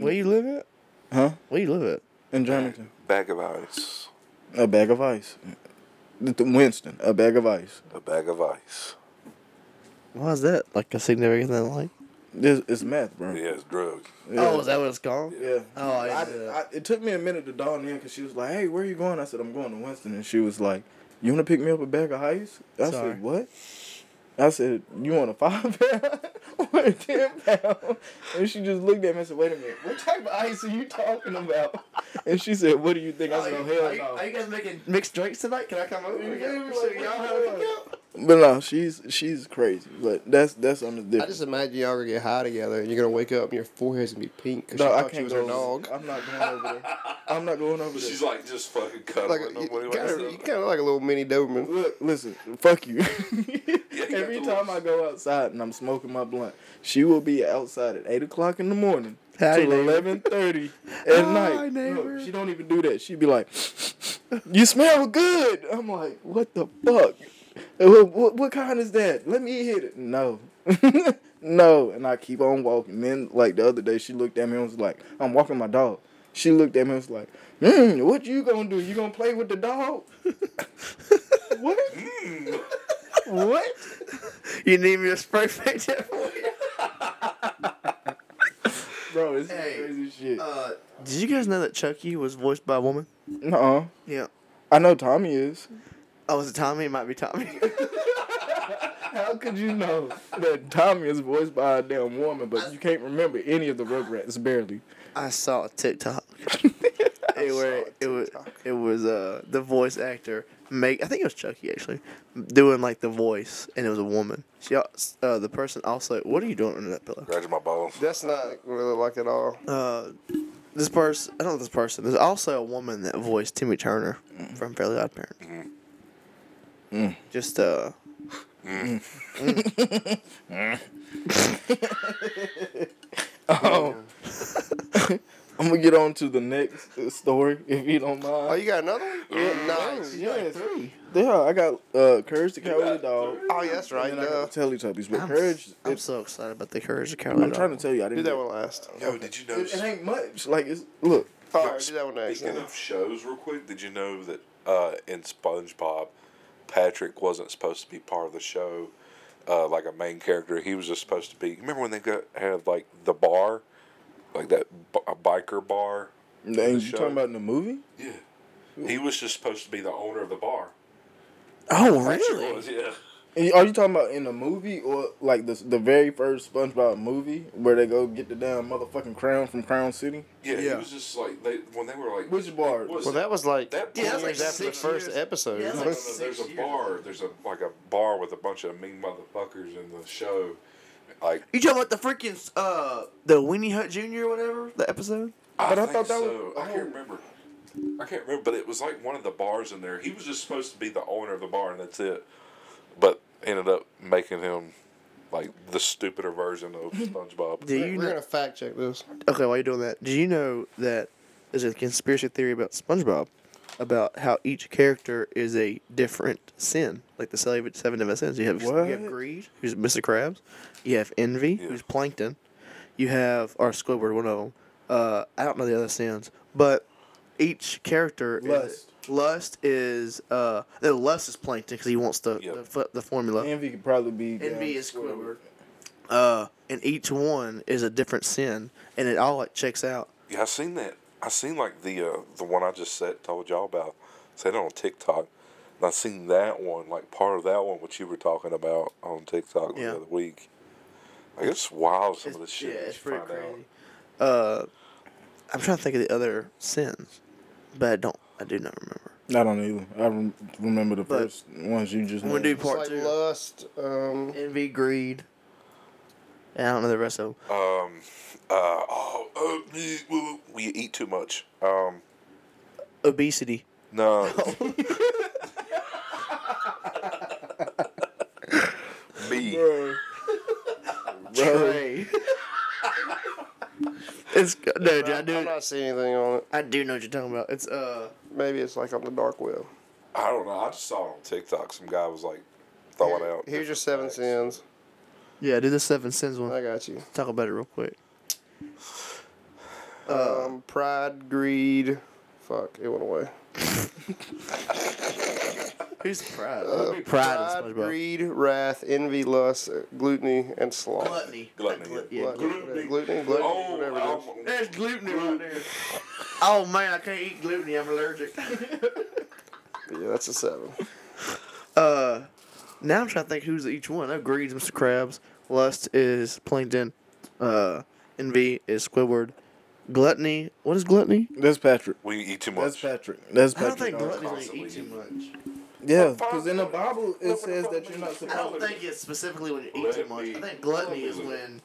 Speaker 2: where you live at?
Speaker 4: Huh?
Speaker 2: Where you live at?
Speaker 4: In Germantown.
Speaker 1: Bag of ice.
Speaker 4: A bag of ice. The- the Winston. A bag of ice.
Speaker 1: A bag of ice.
Speaker 2: Why is that like a significant thing? Like,
Speaker 4: This it's meth, bro.
Speaker 1: Yeah, it's drugs.
Speaker 2: oh, is that what it's called?
Speaker 4: Yeah.
Speaker 2: Oh, I
Speaker 4: I,
Speaker 2: did.
Speaker 4: I, it took me a minute to dawn in because she was like, "Hey, where are you going?" I said, "I'm going to Winston," and she was like, "You want to pick me up a bag of ice?" I
Speaker 2: Sorry.
Speaker 4: said, "What?" I said, "You want a five (laughs) pound or a ten pound?" And she just looked at me and said, "Wait a minute, what type of ice are you talking about?t?" And she said, "What do you think?" I said, "Oh hell no."
Speaker 2: you guys making mixed drinks tonight? Can I come over?
Speaker 4: But no, she's she's crazy. But that's that's on the
Speaker 3: I
Speaker 4: difference.
Speaker 3: just imagine y'all gonna get high together and you're gonna wake up and your forehead's gonna be pink because
Speaker 4: no,
Speaker 3: she
Speaker 4: I
Speaker 3: thought
Speaker 4: can't
Speaker 3: she was
Speaker 4: go.
Speaker 3: her dog.
Speaker 4: I'm not going over there. I'm not
Speaker 3: (laughs)
Speaker 4: going over there.
Speaker 1: She's like just fucking
Speaker 3: Like
Speaker 1: cuddling.
Speaker 3: a,
Speaker 1: nobody
Speaker 3: you, kind
Speaker 1: wants
Speaker 3: of,
Speaker 1: to-
Speaker 3: you kind of like a little mini Doberman.
Speaker 4: Look, listen, fuck you. (laughs) Every
Speaker 1: the
Speaker 4: time I go outside and I'm smoking my blunt, she will be outside at eight o'clock in the morning
Speaker 2: Hi,
Speaker 4: till
Speaker 2: neighbor.
Speaker 4: eleven thirty at
Speaker 2: Hi,
Speaker 4: night.
Speaker 2: neighbor.
Speaker 4: Look, she don't even do that. She be like, (laughs) "You smell good." I'm like, "What the fuck? What, what, what kind is that? Let me hit it." No, (laughs) no. And I keep on walking. Then, like the other day, she looked at me and was like, "I'm walking my dog." She looked at me and was like, mm, "What you gonna do? You gonna play with the dog?" (laughs) what? Hmm.
Speaker 2: What? you need me to spray paint it for you?
Speaker 4: Bro, this
Speaker 2: Hey,
Speaker 4: is crazy shit.
Speaker 2: Uh, did you guys know that Chucky was voiced by a woman?
Speaker 4: Nuh-uh.
Speaker 2: Yeah.
Speaker 4: I uh-uh. know Tommy is.
Speaker 2: Oh, is it Tommy? It might be Tommy.
Speaker 4: How could you know that Tommy is voiced by a damn woman, but you can't remember any of the Rugrats barely?
Speaker 2: (laughs) I saw a (laughs) TikTok. it, where it was it was uh the voice actor make I think it was Chucky actually doing like the voice and it was a woman. She al- uh, the person also what are you doing under that pillow?
Speaker 1: Grabbing my balls.
Speaker 3: That's not really like at all.
Speaker 2: Uh, this person I don't know this person. There's also a woman that voiced Timmy Turner from Fairly Odd Parents. Just uh.
Speaker 4: Oh. (laughs) I'm gonna Um, get on to the next uh, story if you don't
Speaker 3: Oh,
Speaker 4: mind.
Speaker 3: you got another one? nice.
Speaker 4: yes. Yeah, I got uh, Courage the Cowardly Dog.
Speaker 3: Oh, yeah, that's right.
Speaker 4: And then I
Speaker 3: Duh.
Speaker 4: got the Teletubbies, but
Speaker 2: I'm,
Speaker 4: Courage.
Speaker 2: I'm
Speaker 4: it's-
Speaker 2: so excited about the courage of Carolina.
Speaker 4: I'm trying to tell you, I didn't
Speaker 3: Do that one last.
Speaker 1: Yo,
Speaker 4: Oh,
Speaker 1: did you know?
Speaker 4: It, it ain't much. Like it's look.
Speaker 3: All right, do that one next.
Speaker 1: Speaking of shows, real quick, did you know that uh, in SpongeBob, Patrick wasn't supposed to be part of the show, uh, like a main character. He was just supposed to be. Remember when they got have like the bar, like that b- a biker bar?
Speaker 4: And you
Speaker 1: show.
Speaker 4: talking about in the movie?
Speaker 1: Yeah. He was just supposed to be the owner of the bar.
Speaker 4: Oh
Speaker 1: Patrick was, yeah.
Speaker 4: And Are you talking about in the movie or like the the very first SpongeBob movie where they go get the damn motherfucking crown from Crown City?
Speaker 1: Yeah, he
Speaker 2: Yeah.
Speaker 1: was just like they when they were like.
Speaker 4: Which bar?
Speaker 1: what was
Speaker 3: Well,
Speaker 1: it?
Speaker 3: that was like
Speaker 1: That-
Speaker 3: ten
Speaker 1: Yeah, that was
Speaker 3: years
Speaker 1: like
Speaker 3: after the
Speaker 1: six
Speaker 3: first
Speaker 2: years.
Speaker 3: episode.
Speaker 2: Yeah, that
Speaker 1: No, no,
Speaker 2: was
Speaker 1: no,
Speaker 2: like
Speaker 1: there's a
Speaker 2: six years
Speaker 1: bar.
Speaker 2: ago.
Speaker 1: There's a like a bar with a bunch of mean motherfuckers in the show. Like
Speaker 2: You talking about the freaking uh the Weenie Hut Junior or whatever the episode?
Speaker 4: But I
Speaker 1: think
Speaker 4: thought that was- oh.
Speaker 1: so. I can't remember. I can't remember, but it was like one of the bars in there. He was just supposed to be the owner of the bar, and that's it. But ended up making him like the stupider version
Speaker 4: (laughs)
Speaker 1: of SpongeBob.
Speaker 2: Do
Speaker 3: We're
Speaker 2: you know?
Speaker 3: gonna fact check this.
Speaker 2: Okay, while you're doing that, do you know that there's a conspiracy theory about SpongeBob about how each character is a different sin, like the seven seven different sins. You have you have
Speaker 4: What?
Speaker 2: greed, who's Mr. Krabs. You have envy,
Speaker 1: Yeah.
Speaker 2: who's Plankton. You have or Squidward, one of them. Uh, I don't know the other sins, but each character
Speaker 4: Lust.
Speaker 2: is lust is uh no, lust is Plankton because he wants the,
Speaker 1: Yep.
Speaker 2: the fu- the formula.
Speaker 4: Envy could probably be. damn
Speaker 2: Envy is Squidward. Uh, and each one is a different sin, and it all like checks out.
Speaker 1: Yeah, I seen that. I seen like the uh, the one I just said told y'all about. Said it on TikTok. And I seen that one, like part of that one, which you were talking about on TikTok
Speaker 2: Yeah.
Speaker 1: the other week. Like it's wild some of the
Speaker 2: It's-
Speaker 1: shit.
Speaker 2: yeah,
Speaker 1: that
Speaker 2: it's
Speaker 1: you
Speaker 2: pretty
Speaker 1: find out.
Speaker 2: crazy. Uh, I'm trying to think of the other sins, but I don't. I do not remember.
Speaker 4: I don't either. I rem- remember the
Speaker 2: But-
Speaker 4: first ones you just.
Speaker 2: I'm gonna do
Speaker 4: named.
Speaker 3: It's
Speaker 2: part
Speaker 3: like
Speaker 2: two.
Speaker 3: lust. Um,
Speaker 2: Envy, greed. And I don't know the rest of them.
Speaker 1: Um, uh, oh, uh, we- we- we eat too much. Um,
Speaker 2: Obesity.
Speaker 3: (laughs)
Speaker 1: no. B.
Speaker 4: Bro. Bro.
Speaker 2: Trey. it's no, dude, I
Speaker 3: I'm
Speaker 2: do.
Speaker 3: not seeing anything on it.
Speaker 2: I do know what you're talking about. It's uh.
Speaker 3: Maybe it's like on the dark web.
Speaker 1: I don't know. I just saw it on TikTok. Some guy was like throwing
Speaker 3: Here-
Speaker 1: out.
Speaker 3: Here's your
Speaker 1: different
Speaker 3: seven
Speaker 1: facts.
Speaker 3: sins.
Speaker 2: Yeah, do the seven sins one.
Speaker 3: I got you.
Speaker 2: Talk about it real quick. Uh.
Speaker 3: Um, pride, greed. Fuck, it went away.
Speaker 2: Who's pride? pride in SpongeBob.
Speaker 3: greed, wrath, envy, lust, uh, gluttony, and sloth.
Speaker 2: Gluttony.
Speaker 1: Gluttony.
Speaker 2: Glut-
Speaker 1: yeah.
Speaker 2: yeah,
Speaker 3: Gluttony,
Speaker 1: Gluttony.
Speaker 3: gluttony, gluttony,
Speaker 1: Oh,
Speaker 3: whatever it is.
Speaker 1: I'm-
Speaker 2: There's gluten right there. Oh man, I can't eat gluten. I'm allergic. (laughs)
Speaker 3: But yeah, that's a seven.
Speaker 2: uh, now I'm trying to think who's each one. Oh, greed's Mr. Krabs. Lust is Plankton. Uh, envy is Squidward. Gluttony. What is gluttony?
Speaker 4: That's Patrick.
Speaker 1: we eat too
Speaker 4: That's
Speaker 1: much.
Speaker 4: Patrick. That's
Speaker 2: I don't
Speaker 4: Patrick.
Speaker 2: think
Speaker 4: Dawson.
Speaker 2: gluttony's gonna eat too much.
Speaker 4: Yeah, because in the Bible it says that you're not
Speaker 2: I don't
Speaker 4: supposed.
Speaker 2: think it's specifically when you eat too much. I think gluttony is when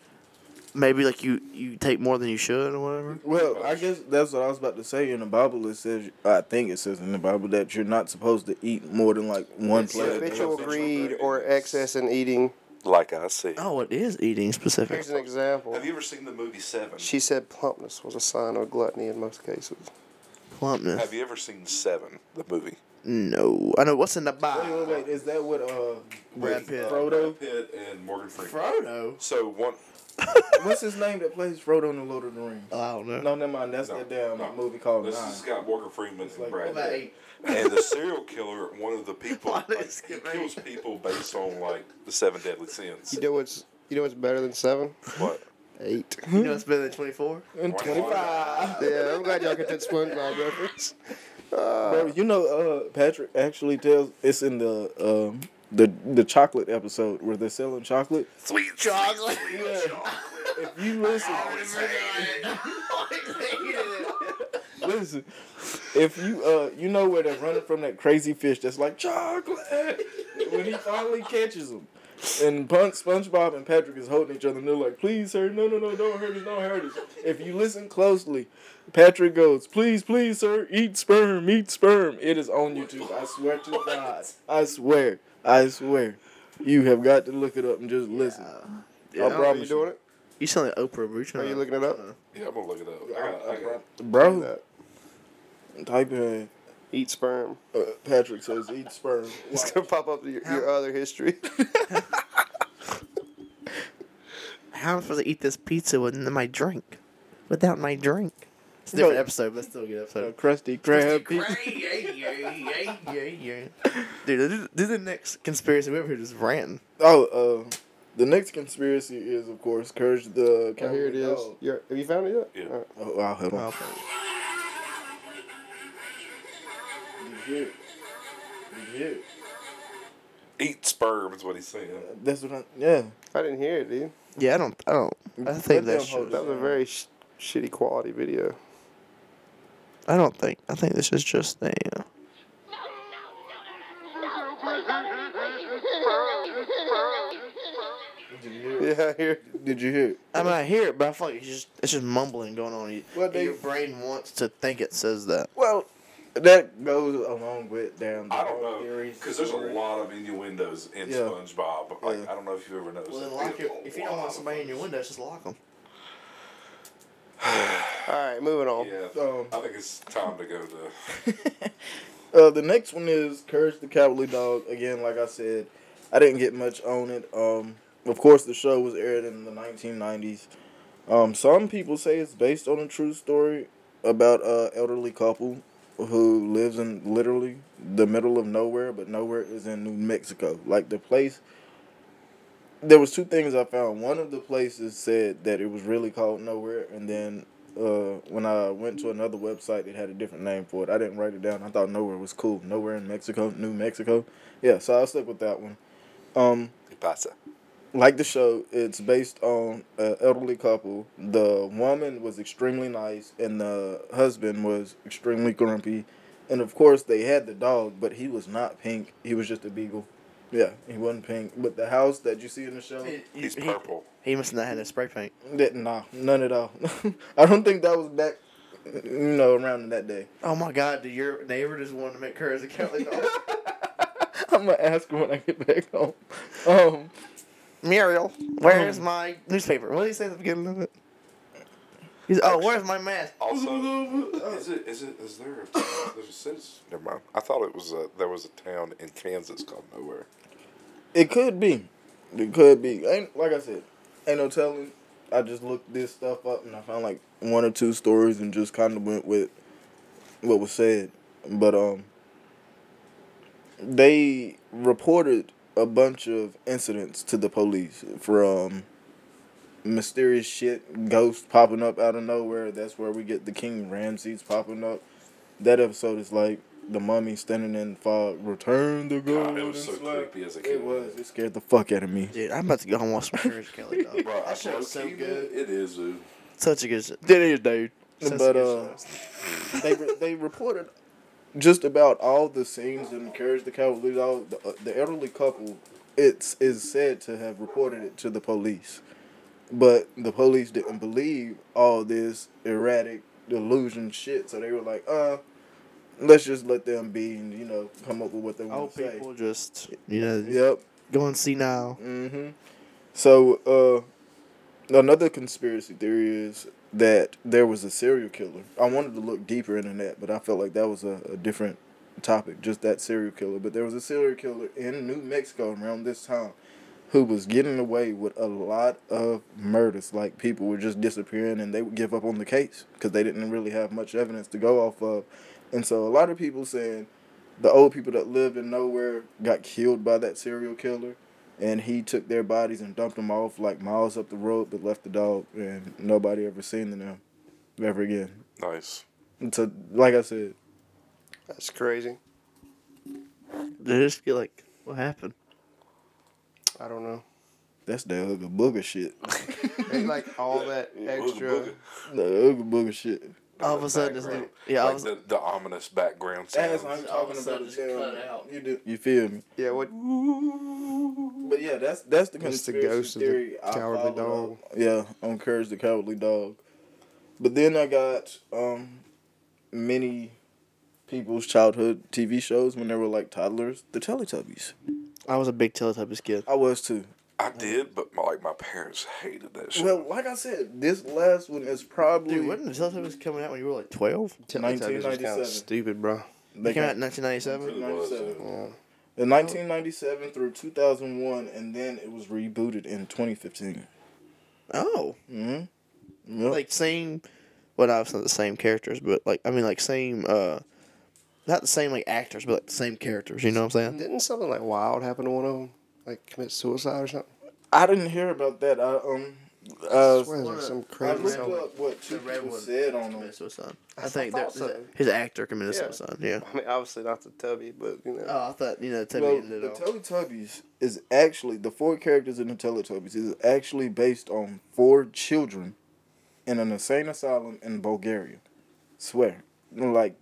Speaker 2: maybe like you you take more than you should or whatever.
Speaker 4: Well, I guess that's what I was about to say. In the Bible, it says, I think it says in the Bible that you're not supposed to eat more than like one
Speaker 1: Yeah,
Speaker 4: plate.
Speaker 1: that's
Speaker 3: Habitual
Speaker 1: what
Speaker 3: greed
Speaker 1: greed
Speaker 3: or
Speaker 1: is.
Speaker 3: excess in eating.
Speaker 1: Like I see.
Speaker 2: Oh, it is eating specific.
Speaker 3: Here's an example.
Speaker 1: Have you ever seen the movie Seven?
Speaker 3: She said plumpness was a sign of gluttony in most cases.
Speaker 2: Plumpness.
Speaker 1: Have you ever seen Seven, the movie?
Speaker 2: No, I know what's in the
Speaker 4: Wait,
Speaker 2: box.
Speaker 4: wait, wait. Is that what uh
Speaker 2: Brad Pitt.
Speaker 4: Frodo?
Speaker 1: Brad Pitt and Morgan Freeman.
Speaker 2: Frodo.
Speaker 1: So one.
Speaker 4: What's his name that plays Frodo in the Lord of the (laughs) Rings?
Speaker 2: Oh, I don't know.
Speaker 4: No, never mind. That's that damn
Speaker 1: no.
Speaker 4: movie called
Speaker 1: This
Speaker 4: Nine.
Speaker 1: has got Morgan Freeman and
Speaker 4: like,
Speaker 1: Brad
Speaker 2: about
Speaker 1: Pitt.
Speaker 2: eight?
Speaker 1: And the serial killer, one of the people,
Speaker 2: Why did
Speaker 1: like,
Speaker 2: it
Speaker 1: he
Speaker 2: skip
Speaker 1: kills
Speaker 2: eight?
Speaker 1: people based on like the seven deadly sins.
Speaker 3: You know what's you know what's better than seven?
Speaker 1: What?
Speaker 3: Eight.
Speaker 2: You know it's better than 24?
Speaker 4: And
Speaker 1: Why-
Speaker 4: 25.
Speaker 3: yeah, I'm glad y'all get that SpongeBob (laughs) reference.
Speaker 4: Bro, you know, uh, Patrick actually tells it's in the um, the the chocolate episode where they're selling chocolate.
Speaker 2: Sweet chocolate.
Speaker 4: If you listen,
Speaker 2: (laughs)
Speaker 4: listen, if you uh, you know where they're running from that crazy fish that's like chocolate when he finally catches him. And Punk, SpongeBob, and Patrick is holding each other, and they're like, "Please, sir, no, no, no, don't hurt us, don't hurt us." If you listen closely, Patrick goes, "Please, please, sir, eat sperm, eat sperm." It is on YouTube. I swear to God. I swear. I swear. You have got to look it up and just listen. I
Speaker 3: Are you
Speaker 4: promise
Speaker 3: doing it?
Speaker 2: You sound like Oprah, bro. You trying
Speaker 3: Are you
Speaker 2: to-
Speaker 3: looking it up?
Speaker 1: Yeah, I'm gonna look it up. I got, I got,
Speaker 4: bro.
Speaker 3: That.
Speaker 4: Type in
Speaker 3: Eat sperm. (laughs)
Speaker 4: uh, Patrick says eat sperm.
Speaker 3: It's gonna pop up your, your other history.
Speaker 2: How am I supposed to eat this pizza with my drink? Without my drink. It's a different
Speaker 4: No.
Speaker 2: episode, but it's still a good
Speaker 4: Uh,
Speaker 2: episode.
Speaker 4: crusty
Speaker 2: (laughs)
Speaker 4: crab.
Speaker 2: Dude, do, do the next conspiracy. We over here just ranting.
Speaker 4: Oh, uh, the next conspiracy is of course Courage the
Speaker 3: (laughs) Oh, here it is.
Speaker 4: Dog.
Speaker 3: You're, have you found it yet?
Speaker 1: Yeah.
Speaker 3: All right.
Speaker 4: Oh, wow, hold on. You hear it. You hear it.
Speaker 1: eat sperm is what he's saying.
Speaker 4: That's what I. Yeah.
Speaker 3: I didn't hear it, dude.
Speaker 2: Yeah, I don't. I don't. I think
Speaker 4: Let them
Speaker 2: that's.
Speaker 4: hold
Speaker 2: Just,
Speaker 3: That was a very sh- shitty quality video.
Speaker 2: I don't think. I think this is just a. Uh,
Speaker 3: Yeah, here.
Speaker 4: Did you hear it?
Speaker 2: I mean, I hear it, but I feel like it's just it's just mumbling going on. You-
Speaker 4: Well, they-
Speaker 2: your brain wants to think it says that.
Speaker 4: Well, that goes along with down.
Speaker 1: I don't know because there's a lot of innuendos in
Speaker 4: Yeah.
Speaker 1: SpongeBob. But like,
Speaker 4: Yeah.
Speaker 1: I don't know if you've ever noticed.
Speaker 2: Well, then
Speaker 1: that.
Speaker 2: lock
Speaker 1: There's
Speaker 2: your.
Speaker 1: a
Speaker 2: If you don't
Speaker 1: lot
Speaker 2: want
Speaker 1: of
Speaker 2: somebody in your windows, just lock them.
Speaker 3: All right, moving on.
Speaker 1: them. Yeah,
Speaker 4: Um,
Speaker 1: I think it's time to go to.
Speaker 4: Uh, the next one is Courage the Cowardly Dog. Again, like I said, I didn't get much on it. Um, of course, the show was aired in the 1990s. Um, some people say it's based on a true story about a elderly couple who lives in literally the middle of nowhere, but nowhere is in New Mexico. Like the place. There was two things I found. One of the places said that it was really called nowhere, and then uh, when I went to another website, it had a different name for it. I didn't write it down. I thought nowhere was cool. Nowhere in Mexico, New Mexico. Yeah, so I'll stick with that one. Um, like the show, it's based on an elderly couple. The woman was extremely nice, and the husband was extremely grumpy. And of course, they had the dog, but he was not pink. He was just a beagle. Yeah, he wasn't pink. But the house that you see in the show,
Speaker 1: He's purple.
Speaker 2: (laughs) He, he must not have that spray paint.
Speaker 4: that, nah, none at all. (laughs) I don't think that was back, you know, around that day. (laughs)
Speaker 2: Oh my God! Do your neighbor just want to make her as a Kelly dog?
Speaker 4: I'm gonna ask her when I get back home. Um,
Speaker 2: (laughs) Muriel, where's my newspaper? What did he say at the beginning of it? He's oh, where's my mask?
Speaker 1: Also, is it is it is there? A, there's a citizen. Never mind. I thought it was a there was a town in Kansas called Nowhere.
Speaker 4: it could be, it could be. Ain't like I said, ain't no telling. I just looked this stuff up and I found like one or two stories and just kind of went with what was said. But um, they reported a bunch of incidents to the police from um, mysterious shit, ghosts popping up out of nowhere. That's where we get the King Ramses popping up. That episode is like the mummy standing in fog. Return the gold.
Speaker 1: God, it was so
Speaker 4: and slab.
Speaker 1: creepy as a kid.
Speaker 4: It was. It scared the fuck out of me.
Speaker 2: Dude, I'm about to go home and watch some Courage the Kelly dog. (laughs)
Speaker 1: Bro, I
Speaker 2: that show's so
Speaker 1: low-key,
Speaker 2: good.
Speaker 1: man, It is, dude.
Speaker 2: Such a good show.
Speaker 4: That is, dude.
Speaker 2: Such
Speaker 4: But
Speaker 2: a
Speaker 4: uh,
Speaker 2: good show.
Speaker 4: they re- they reported just about all the scenes in Courage the Cowardly Dog. The, uh, the elderly couple, it's is said to have reported it to the police, but the police didn't believe all this erratic delusion shit. So they were like, uh, let's just let them be and you know come up with what they want
Speaker 2: old
Speaker 4: to say.
Speaker 2: people just Mm. you know
Speaker 4: Yep.
Speaker 2: going senile.
Speaker 4: Mm-hmm. So uh, another conspiracy theory is that there was a serial killer. I wanted to look deeper into that, but I felt like that was a, a different topic, just that serial killer. But there was a serial killer in New Mexico around this time who was getting away with a lot of murders. Like people were just disappearing and they would give up on the case because they didn't really have much evidence to go off of. And so a lot of people saying the old people that lived in nowhere got killed by that serial killer and he took their bodies and dumped them off like miles up the road but left the dog and nobody ever seen them ever again
Speaker 1: Nice.
Speaker 4: and so like i said
Speaker 3: That's crazy.
Speaker 2: They just feel like what happened.
Speaker 3: I don't know.
Speaker 4: That's the ugly
Speaker 2: (laughs)
Speaker 4: booger shit.
Speaker 3: Ain't like all that extra.
Speaker 1: Booga,
Speaker 4: The ugly booger shit.
Speaker 2: All of a sudden, this
Speaker 1: background.
Speaker 2: nigga, yeah,
Speaker 1: like
Speaker 2: all of a
Speaker 1: the, the ominous background sounds.
Speaker 2: all of a sudden just cut out.
Speaker 4: You do. You feel me?
Speaker 3: Yeah, what?
Speaker 4: But yeah, that's that's the
Speaker 3: It's the
Speaker 4: conspiracy
Speaker 3: ghost of the
Speaker 4: theory. I
Speaker 3: cowardly
Speaker 4: followed
Speaker 3: dog.
Speaker 4: up- Yeah, on Courage the Cowardly Dog. But then I got um many people's childhood TV shows when they were like toddlers, the Teletubbies.
Speaker 2: I was a big Teletubbies kid.
Speaker 4: I was too.
Speaker 1: I did, but my, like my parents hated that shit.
Speaker 4: Well, like I said, this last one is probably
Speaker 2: Dude, wasn't the Teletubbies coming out when you were like 12?
Speaker 3: Teletubbies was kind
Speaker 4: 1997.
Speaker 3: of stupid, bro.
Speaker 4: they
Speaker 2: They came
Speaker 4: got-
Speaker 2: out in 1997? uh,
Speaker 3: Yeah.
Speaker 4: In 1997 through 2001, and then it was rebooted in 2015.
Speaker 2: Oh.
Speaker 4: Mm-hmm.
Speaker 2: Like, same, well, no, it's not the same characters, but like, I mean, like, same, uh, not the same, like, actors, but like, the same characters, you know what I'm saying?
Speaker 3: Didn't something like wild happen to one of them? Like commit suicide or something?
Speaker 4: I didn't hear about that. I um, uh,
Speaker 3: I swear it was like some
Speaker 4: I
Speaker 3: crazy.
Speaker 4: looked
Speaker 3: something.
Speaker 4: up what two
Speaker 2: red
Speaker 4: people
Speaker 2: one.
Speaker 4: said on them.
Speaker 2: Committed suicide. I,
Speaker 3: I
Speaker 2: think
Speaker 3: thought
Speaker 2: that
Speaker 3: so.
Speaker 2: his actor committed
Speaker 3: Yeah.
Speaker 2: suicide, yeah.
Speaker 3: I mean, obviously not the tubby, but you know.
Speaker 2: Oh, I thought, you know, Teletubbies
Speaker 4: Well,
Speaker 2: ended
Speaker 4: the
Speaker 2: all.
Speaker 4: Teletubbies is actually the four characters in the Teletubbies is actually based on four children in an insane asylum in Bulgaria. Swear, like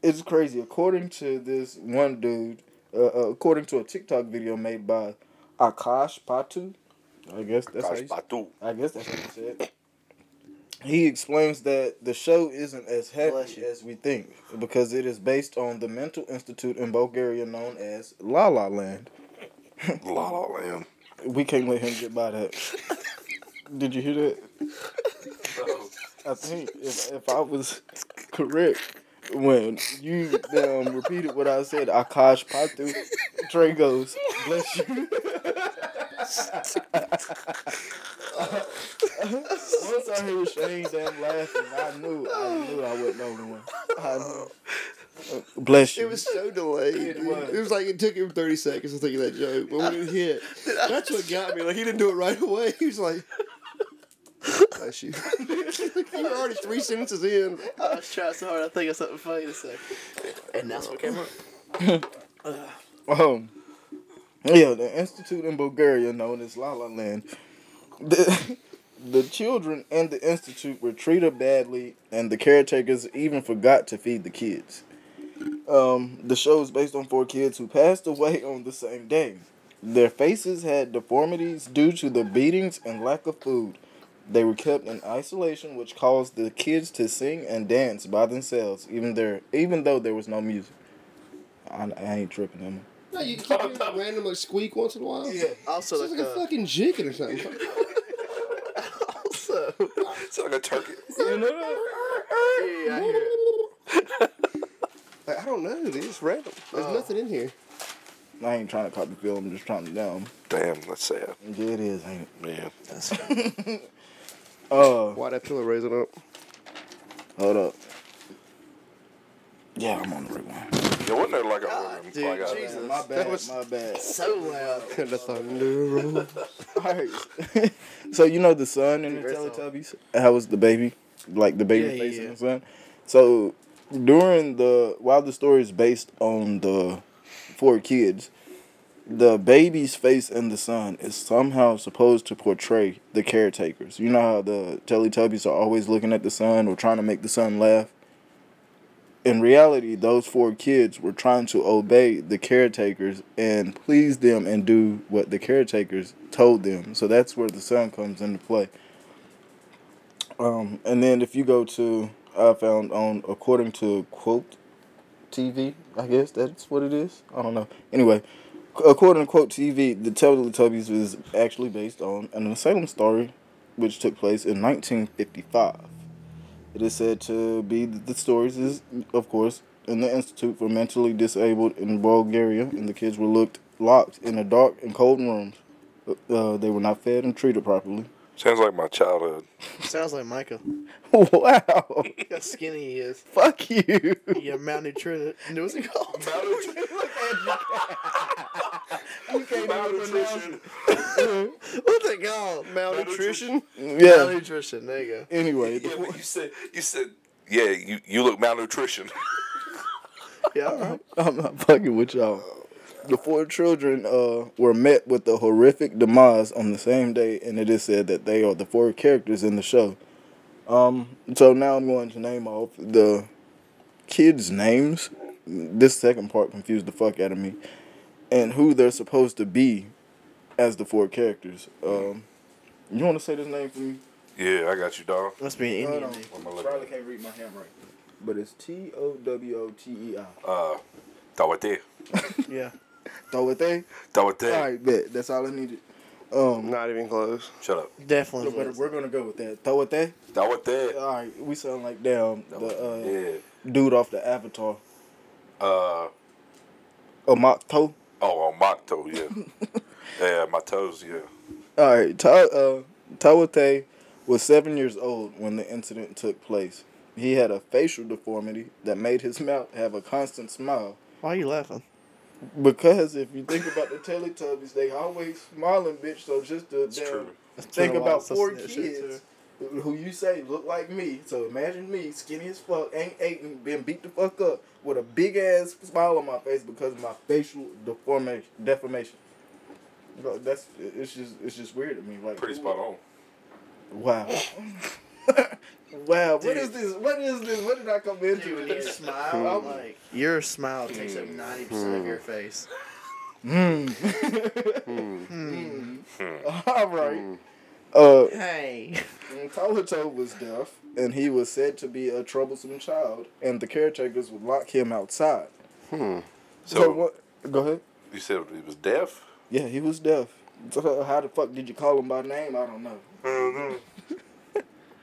Speaker 4: it's crazy. According to this one dude, uh, uh, according to a TikTok video made by Akash Patu, I guess that's how you
Speaker 1: Gosh,
Speaker 4: say-
Speaker 1: Batu.
Speaker 4: I guess that's what he said. He explains that the show isn't as
Speaker 2: Bless
Speaker 4: heavy
Speaker 2: you.
Speaker 4: as we think because it is based on the mental institute in Bulgaria known as La La Land.
Speaker 1: (laughs) La La Land.
Speaker 4: We can't let him get by that. (laughs) Did you hear that? I think if, if I was correct, when you um, repeated what I said, Akash Patu, Trey goes, bless you. Once I heard Shane damn laughing, I knew, I knew I wasn't the only one. I knew. Uh, Bless you.
Speaker 3: Oh. It was so delayed.
Speaker 4: It
Speaker 3: dude.
Speaker 4: was.
Speaker 3: It was like it took him 30 seconds to think of that joke, but when it hit, that's what got me. Like, he didn't do it right away. (laughs) He was like, Bless you. (laughs) you were already three sentences in.
Speaker 2: I was trying so hard. I think of something funny to say. And that's what came up.
Speaker 4: Um, yeah, the institute in Bulgaria, known as La La Land, (laughs) the, the children in the institute were treated badly, and the caretakers even forgot to feed the kids. Um, the show is based on four kids who passed away (laughs) on the same day. Their faces had deformities due to the beatings and lack of food. They were kept in isolation, which caused the kids to sing and dance by themselves, even there, even though there was no music. I, I ain't tripping, am I?
Speaker 3: No, you keep hearing that random like squeak once in a while. Yeah.
Speaker 2: Also,
Speaker 3: Sounds
Speaker 2: like,
Speaker 3: like a
Speaker 2: uh,
Speaker 3: fucking chicken or (laughs) something.
Speaker 2: also,
Speaker 1: It's like a turkey.
Speaker 2: yeah, I hear it.
Speaker 3: Like, I don't know, dude. It's random. There's nothing in here.
Speaker 4: I ain't trying to copy Phil. I'm just trying to down.
Speaker 1: Damn, that's sad.
Speaker 4: Yeah, it is, ain't it?
Speaker 1: Man.
Speaker 4: Uh,
Speaker 3: Why that pillow raising (laughs) up?
Speaker 4: hold up. Yeah, I'm on the rewind.
Speaker 1: Yeah, wasn't there like a
Speaker 2: God, dude,
Speaker 1: like a-
Speaker 2: Jesus.
Speaker 4: My bad.
Speaker 3: That was-
Speaker 4: My bad. (laughs)
Speaker 2: So loud.
Speaker 3: the thunder roll.
Speaker 4: All right. (laughs) so you know the son in the
Speaker 2: Great song.
Speaker 4: Teletubbies? How was the baby? Like the baby
Speaker 2: Yeah,
Speaker 4: face
Speaker 2: yeah,
Speaker 4: in
Speaker 2: yeah.
Speaker 4: the sun. So during the while the story is based on the four kids, the baby's face in the sun is somehow supposed to portray the caretakers. You know how the Teletubbies are always looking at the sun or trying to make the sun laugh. In reality, those four kids were trying to obey the caretakers and please them and do what the caretakers told them. So that's where the sun comes into play. Um, and then if you go to, I found on according to quote TV, I guess that's what it is. I don't know. Anyway, c- according to quote TV, the Teletubbies was actually based on an asylum story, which took place in 1955. It is said to be that the stories is, of course, in the Institute for Mentally Disabled in Bulgaria, and the kids were looked locked in a dark and cold rooms. Uh, they were not fed and treated properly. (laughs)
Speaker 1: Sounds like my childhood.
Speaker 2: Sounds like Michael.
Speaker 4: wow. (laughs)
Speaker 2: Look how skinny he is.
Speaker 4: Fuck you.
Speaker 2: Yeah, malnutrition. (laughs) What's it called?
Speaker 1: Malnutrition.
Speaker 2: (laughs) What's it called?
Speaker 3: Malnutrition?
Speaker 4: Yeah.
Speaker 2: Malnutrition. There you go.
Speaker 4: Anyway,
Speaker 1: (laughs)
Speaker 4: the
Speaker 1: Yeah, but you said you said yeah. You you look malnutrition.
Speaker 2: Yeah, all right.
Speaker 4: I'm not fucking with y'all. The four children uh, were met with a horrific demise on the same day, and it is said that they are the four characters in the show. Um, so now I'm going to name off the kids' names. This second part confused the fuck out of me, and who they're supposed to be as the four characters. Um, you want to say this name for me?
Speaker 1: Yeah, I got you, dog.
Speaker 2: Must be an
Speaker 4: Hold
Speaker 2: Indian
Speaker 4: on.
Speaker 2: name.
Speaker 1: I'ma
Speaker 4: Probably
Speaker 1: look.
Speaker 4: can't read my handwriting. But it's T O W O T E I.
Speaker 1: Uh, Tawate.
Speaker 2: Yeah.
Speaker 4: Throw it there.
Speaker 1: Tawate.
Speaker 4: All right, bet. That's all I needed. Um,
Speaker 3: Not even close.
Speaker 1: Shut up.
Speaker 2: Definitely.
Speaker 4: but we're gonna go with that. Throw it there.
Speaker 1: Tawate.
Speaker 4: All right, we sound like damn the uh,
Speaker 1: Yeah.
Speaker 4: dude off the Avatar.
Speaker 1: Uh,
Speaker 4: Amakto.
Speaker 1: oh, on my toe, yeah. yeah, my toes, yeah.
Speaker 4: All right, Ta- uh, Tawate was seven years old when the incident took place. He had a facial deformity that made his mouth have a constant smile.
Speaker 2: Why are you laughing?
Speaker 4: Because if you think about the Teletubbies, they always smiling, bitch. So just to
Speaker 1: It's
Speaker 4: damn,
Speaker 1: true.
Speaker 4: think
Speaker 2: true.
Speaker 4: about
Speaker 2: Lots of
Speaker 4: four
Speaker 2: snitches,
Speaker 4: kids who you say look like me. So imagine me, skinny as fuck, ain't ate and been beat the fuck up with a big ass smile on my face because of my facial deformation. Deformation. Bro, that's it's just it's just weird to me. Like
Speaker 1: Pretty spot on.
Speaker 4: Wow. (laughs) wow. What
Speaker 2: Dude.
Speaker 4: is this? What is this? What did I come into?
Speaker 2: Dude, when you smile, like your smile Hmm. takes up ninety percent of your face.
Speaker 4: (laughs) All
Speaker 1: Mm.
Speaker 4: right. Uh,
Speaker 2: Hey.
Speaker 4: Kalato was deaf, and he was said to be a troublesome child, and the caretakers would lock him outside.
Speaker 3: Hmm.
Speaker 1: So,
Speaker 4: what? Go ahead.
Speaker 1: you said he was deaf?
Speaker 4: Yeah, he was deaf. So how the fuck did you call him by name? I don't know.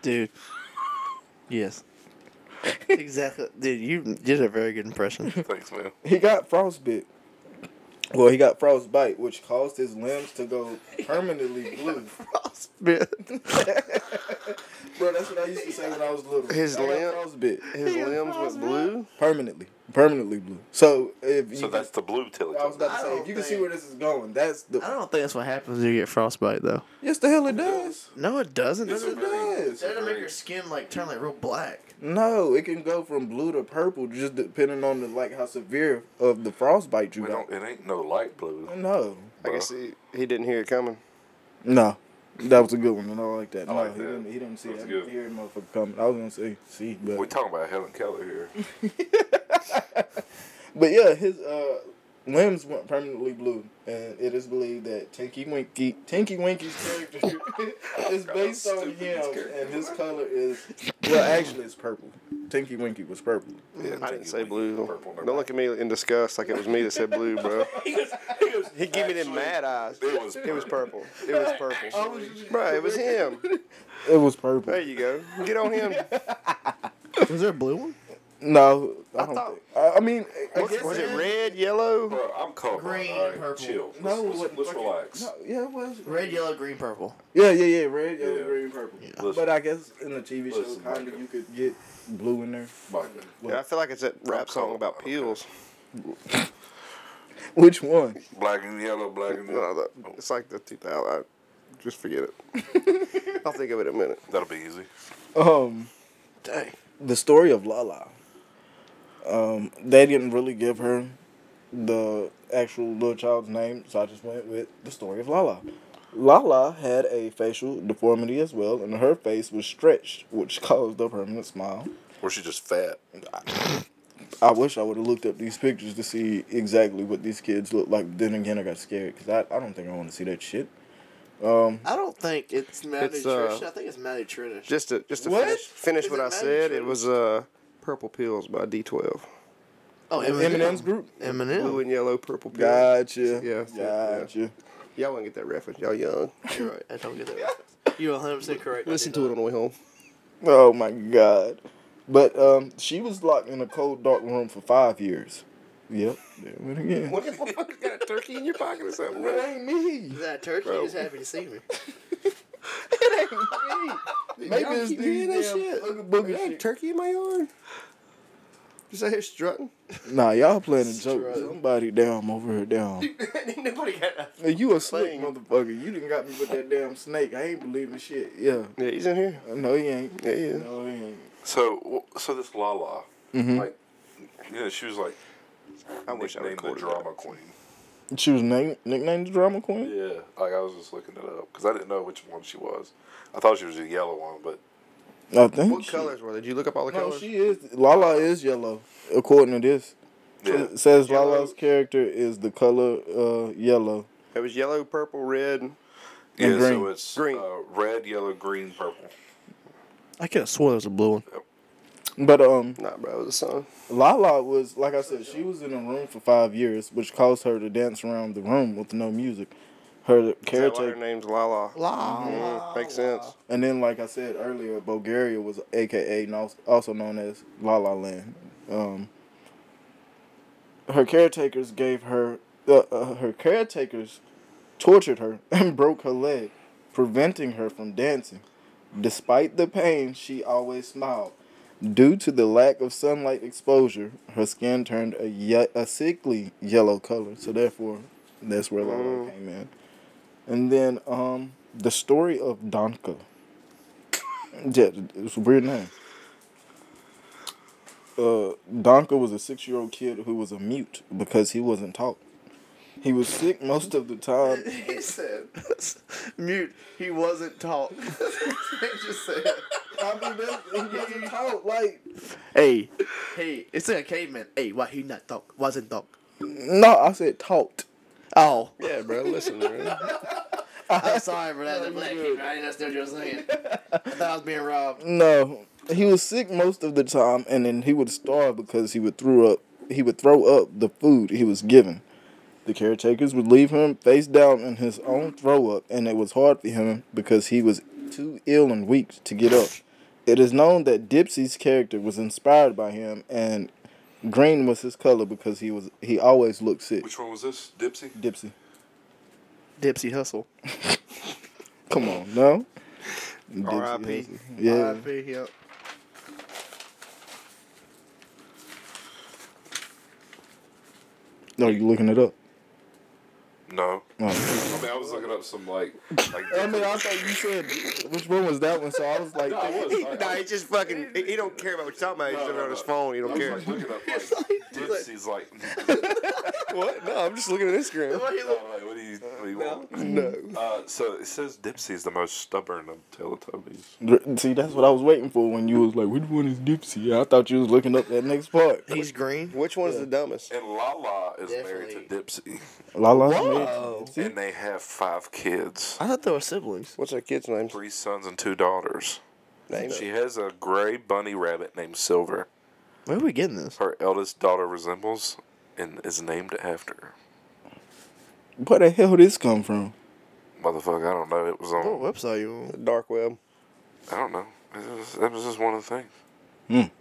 Speaker 2: Dude. (laughs) Yes. exactly. Dude, you did a very good impression. (laughs)
Speaker 1: Thanks, man.
Speaker 4: He got frostbite. Well, he got frostbite, which caused his limbs to go
Speaker 2: (laughs)
Speaker 4: permanently blue. Bro, that's what I used to say when I was little.
Speaker 3: His
Speaker 4: I got
Speaker 3: limb-
Speaker 4: frostbite
Speaker 3: His limbs went blue.
Speaker 4: permanently, permanently blue. So if you,
Speaker 1: So that's the blue
Speaker 4: I was
Speaker 1: Teletubbies.
Speaker 4: about to
Speaker 2: I
Speaker 4: say, if
Speaker 2: don't
Speaker 4: you can see
Speaker 2: think-
Speaker 4: where this is going, that's the
Speaker 2: I don't think that's what happens when you get frostbite, though.
Speaker 4: yes, the hell it does.
Speaker 2: No, it doesn't.
Speaker 4: Yes, it
Speaker 2: Doesn't-
Speaker 4: does.
Speaker 2: That'll make your skin like turn like real black.
Speaker 4: No, it can go from blue to purple, just depending on the like how severe of the frostbite you
Speaker 1: We
Speaker 4: got.
Speaker 1: don't, it ain't no light blue.
Speaker 4: No,
Speaker 3: I guess he, he didn't hear it coming.
Speaker 4: no, that was a good one, and I like that.
Speaker 1: I
Speaker 4: no,
Speaker 1: like
Speaker 4: he
Speaker 1: that.
Speaker 4: didn't. He didn't see
Speaker 1: That was
Speaker 4: that.
Speaker 1: good.
Speaker 4: Here, motherfucker, coming. I was gonna say see,
Speaker 1: We're
Speaker 4: but
Speaker 1: talking about Helen Keller here.
Speaker 4: but yeah, his uh limbs went permanently blue, and it is believed that Tinky Winky, Tinky Winky's
Speaker 1: (laughs)
Speaker 4: character (laughs) is
Speaker 1: God,
Speaker 4: based
Speaker 1: how
Speaker 4: on
Speaker 1: stupid this
Speaker 4: him,
Speaker 1: character
Speaker 4: and his
Speaker 1: is.
Speaker 4: color is well, actually, it's purple. Tinky Winky was purple.
Speaker 1: Yeah,
Speaker 3: I didn't say blue.
Speaker 1: Purple, no.
Speaker 3: Don't look at me in disgust like it was me that said blue, bro. He gave me them
Speaker 1: Actually,
Speaker 3: mad eyes.
Speaker 1: it was
Speaker 3: It was purple. It was purple. Bro, it was him.
Speaker 4: It was purple.
Speaker 3: There you go. Get on him.
Speaker 2: Was there a blue one?
Speaker 4: No, I,
Speaker 3: I
Speaker 4: don't.
Speaker 3: thought-
Speaker 4: think. I, I mean, I
Speaker 3: What-
Speaker 4: guess
Speaker 3: was
Speaker 4: is.
Speaker 3: it red, yellow?
Speaker 1: Bro, I'm colorblind.
Speaker 2: Green
Speaker 1: all
Speaker 2: and purple.
Speaker 1: Chill. Let's,
Speaker 4: No,
Speaker 1: let's,
Speaker 4: what-
Speaker 1: let's
Speaker 4: fucking-
Speaker 1: relax.
Speaker 4: No, yeah, it was.
Speaker 2: Red, yellow, green, purple.
Speaker 4: Yeah, yeah, yeah. Red, yellow,
Speaker 1: Yeah.
Speaker 4: green, purple.
Speaker 1: Listen.
Speaker 4: But I guess in the TV
Speaker 1: Listen,
Speaker 4: show, kind of,
Speaker 1: Michael.
Speaker 4: you could get blue in there. (laughs)
Speaker 1: Michael.
Speaker 3: Yeah, I feel like it's that rap song about peels.
Speaker 4: Which one?
Speaker 1: Black and yellow, black and yellow.
Speaker 3: (laughs) No, that- it's like the 2000. I, just forget it. I'll think of it in a minute.
Speaker 1: That'll be easy.
Speaker 4: Um,
Speaker 2: Dang.
Speaker 4: the story of Lala. Um, they didn't really give her the actual little child's name, so I just went with the story of Lala. Lala had a facial deformity as well, and her face was stretched, which (laughs) caused a permanent smile.
Speaker 1: Or she just fat.
Speaker 4: I wish I would have looked up these pictures to see exactly what these kids look like. Then again, I got scared because I, I don't think I want to see that shit.
Speaker 2: I don't think it's malnutrition.
Speaker 3: uh,
Speaker 2: I think it's malnutrition.
Speaker 3: Just to just to
Speaker 4: What?
Speaker 3: finish, finish
Speaker 2: Is
Speaker 3: what
Speaker 2: it
Speaker 3: I
Speaker 2: Magic
Speaker 3: said,
Speaker 2: Tree?
Speaker 3: it was uh, Purple Pills by D12.
Speaker 2: oh,
Speaker 4: Eminem's group.
Speaker 3: Blue
Speaker 2: Eminem.
Speaker 3: and yellow, purple pills.
Speaker 4: Gotcha.
Speaker 3: Yeah, yeah.
Speaker 4: Gotcha.
Speaker 3: Y'all won't get that reference. Y'all young. You're right.
Speaker 2: I don't get that. reference. (laughs) You 100 percent correct. I
Speaker 3: Listen
Speaker 2: did
Speaker 3: to it
Speaker 2: not.
Speaker 3: on the
Speaker 5: (laughs)
Speaker 3: way home.
Speaker 4: Oh my god. But um, she was locked in a cold, dark room for five years. Yep. There it went again.
Speaker 3: What the fuck? You got a turkey in your pocket or something,
Speaker 4: That
Speaker 3: bro?
Speaker 4: ain't me.
Speaker 2: Is that a turkey?
Speaker 3: Bro.
Speaker 2: He's happy to see (laughs) me.
Speaker 4: That ain't me. (laughs) Maybe it's
Speaker 3: keep
Speaker 4: these
Speaker 3: doing that
Speaker 4: damn
Speaker 3: shit.
Speaker 4: booga booga
Speaker 3: Got a
Speaker 4: shit.
Speaker 3: turkey in my yard? Just out here strutting.
Speaker 4: Nah, y'all playing a joke.
Speaker 2: Strut.
Speaker 4: Somebody down over
Speaker 3: (laughs)
Speaker 4: here down.
Speaker 2: Nobody got that.
Speaker 4: Hey, you a slick
Speaker 2: Playing.
Speaker 4: motherfucker. You didn't got me with that damn snake. I ain't believing shit. Yeah.
Speaker 3: Yeah, he's in here.
Speaker 4: No, he ain't.
Speaker 3: Yeah, yeah.
Speaker 4: No, he ain't.
Speaker 1: So, w- so this Mm-hmm. Lala, like, you know, she was like,
Speaker 3: I wish I
Speaker 1: nicknamed the
Speaker 3: recorded
Speaker 1: drama
Speaker 3: that.
Speaker 1: queen.
Speaker 4: She was named nicknamed the drama queen.
Speaker 1: Yeah, like I was just looking it up because I didn't know which one she was. I thought she was the yellow one, but
Speaker 4: I think.
Speaker 5: What
Speaker 4: she-
Speaker 5: colors were they? Did you look up all the
Speaker 4: No,
Speaker 5: colors?
Speaker 4: she is. Lala is yellow, according to this.
Speaker 1: yeah,
Speaker 4: It says
Speaker 5: Yellow.
Speaker 4: Lala's character is the color uh, yellow.
Speaker 5: It was yellow, purple, red.
Speaker 1: yeah.
Speaker 4: And green.
Speaker 1: So it's
Speaker 5: Green.
Speaker 1: Uh, red, yellow, green, purple.
Speaker 2: I could have swore there was a blue one.
Speaker 4: But um,
Speaker 5: Nah, bro, it was a song.
Speaker 4: Lala was like I said, she was in a room for five years, which caused her to dance around the room with no music. Her
Speaker 5: Is that why her
Speaker 4: caretaker,
Speaker 5: name's Lala.
Speaker 2: La.
Speaker 3: Mm-hmm.
Speaker 5: Mhm, Makes sense.
Speaker 4: and then like I said earlier, Bulgaria was AKA no- also known as La La Land. Um, her caretakers gave her uh, uh, her caretakers tortured her (laughs) and broke her leg, preventing her from dancing. Despite the pain, she always smiled. Due to the lack of sunlight exposure, her skin turned a, ye- a sickly yellow color. So therefore, that's where Lala
Speaker 5: Mm.
Speaker 4: came in. And then um, the story of Donka. Yeah, it's a weird name. Uh, Donka was a six-year-old kid who was a mute because he wasn't taught. He was sick most of the time
Speaker 2: He (laughs) said, "Mute." He wasn't (laughs) taught. just said,
Speaker 4: like
Speaker 2: "Hey, hey." It's like a caveman. Hey, why he not talk? Wasn't talk.
Speaker 4: no, I said taught.
Speaker 2: Oh,
Speaker 5: Yeah, bro, listen, (laughs) bro.
Speaker 2: (laughs) I'm sorry for (laughs) that. Black people, I didn't understand what you were (laughs) saying. I thought I was being robbed.
Speaker 4: No, he was sick most of the time, and then he would starve because he would throw up. He would throw up the food he was given. The caretakers would leave him face down in his own throw up, and it was hard for him because he was too ill and weak to get up. It is known that Dipsy's character was inspired by him, and green was his color because he was he always looked sick.
Speaker 1: Which one was this? Dipsy.
Speaker 4: Dipsy,
Speaker 2: Dipsy Hustle.
Speaker 4: come on, no. Dipsy
Speaker 5: R.I.P..
Speaker 4: has- Yeah.
Speaker 2: R.I.P., yep.
Speaker 4: No, you looking it up.
Speaker 1: No.
Speaker 4: Oh.
Speaker 1: I mean, I was looking up some like like. (laughs)
Speaker 4: I mean, I thought you said which one was that one, so I was like,
Speaker 1: I was, I,
Speaker 5: Nah,
Speaker 1: I
Speaker 5: he just fucking, he, he don't care about what you're talking about. He's
Speaker 1: No,
Speaker 5: looking
Speaker 1: no,
Speaker 5: on his
Speaker 1: no.
Speaker 5: phone. He don't
Speaker 1: was
Speaker 5: care.
Speaker 1: like, looking up (laughs) like Dipsy's like,
Speaker 5: (laughs)
Speaker 1: (laughs)
Speaker 5: what? No, I'm just looking at Instagram.
Speaker 1: no, like, what do you what do you want?
Speaker 5: No.
Speaker 1: Uh, so it says Dipsy is the most stubborn of Teletubbies.
Speaker 4: see, that's what I was waiting for when you was like, which one is Dipsy? I thought you was looking up that next part.
Speaker 2: He's green.
Speaker 5: Which one's the dumbest?
Speaker 1: And Lala is married to
Speaker 2: Definitely.
Speaker 1: Dipsy,
Speaker 4: La La
Speaker 2: Oh.
Speaker 1: and they have five kids,
Speaker 2: I thought they were siblings.
Speaker 5: What's that kid's name?
Speaker 1: three sons and two daughters.
Speaker 5: Name
Speaker 1: She
Speaker 5: it.
Speaker 1: has a gray bunny rabbit named Silver.
Speaker 2: Where are we getting this?
Speaker 1: Her eldest daughter resembles and is named after.
Speaker 4: Where the hell this come from?
Speaker 1: Motherfucker, I don't know. It was on.
Speaker 2: What website you on?
Speaker 5: Dark web.
Speaker 1: I don't know. It was- that was just one of the things.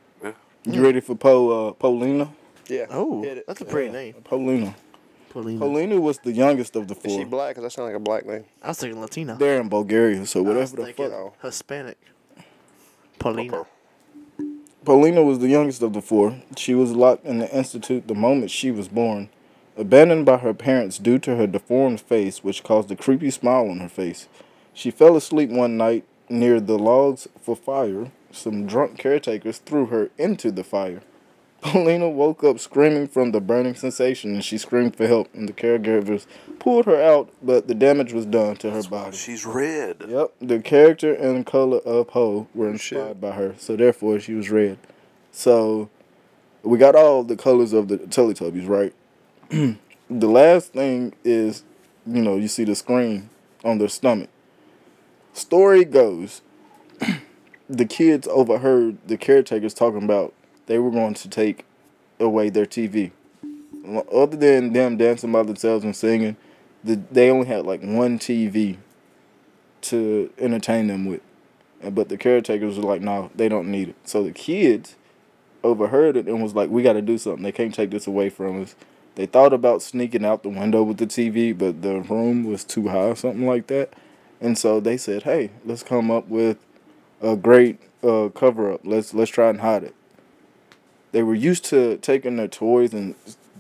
Speaker 4: You ready for Po uh, Polina?
Speaker 5: Yeah. Hit
Speaker 2: Oh,
Speaker 5: it.
Speaker 2: that's a pretty name.
Speaker 4: Polina.
Speaker 2: Polina.
Speaker 4: Polina was the youngest of the
Speaker 5: Is she
Speaker 4: four.
Speaker 5: black? Because that sounds like a black name.
Speaker 2: I was thinking Latina.
Speaker 4: They're in Bulgaria, so
Speaker 2: I was
Speaker 4: whatever the
Speaker 2: thinking
Speaker 4: fuck.
Speaker 2: Hispanic. Polina.
Speaker 4: Paulina was the youngest of the four. She was locked in the institute the moment she was born, abandoned by her parents due to her deformed face, which caused a creepy smile on her face. She fell asleep one night near the logs for fire. Some drunk caretakers threw her into the fire. Paulina woke up screaming from the burning sensation and she screamed for help, and the caregivers pulled her out, but the damage was done to her body.
Speaker 1: She's red.
Speaker 4: Yep, the character and color of Poe were
Speaker 5: shit.
Speaker 4: inspired by her, so therefore she was red. So we got all the colors of the Teletubbies, right? (clears throat) the last thing is, you know, you see the screen on their stomach. Story goes, (clears throat) the kids overheard the caretakers talking about they were going to take away their TV. Other than them dancing by themselves and singing, the, they only had like one TV to entertain them with. And- But the caretakers were like, no, they don't need it. So the kids overheard it and was like, we got to do something. They can't take this away from us. They thought about sneaking out the window with the TV, but the room was too high or something like that. And so they said, hey, let's come up with a great uh, cover up. Let's let's try and hide it. They were used to taking their toys and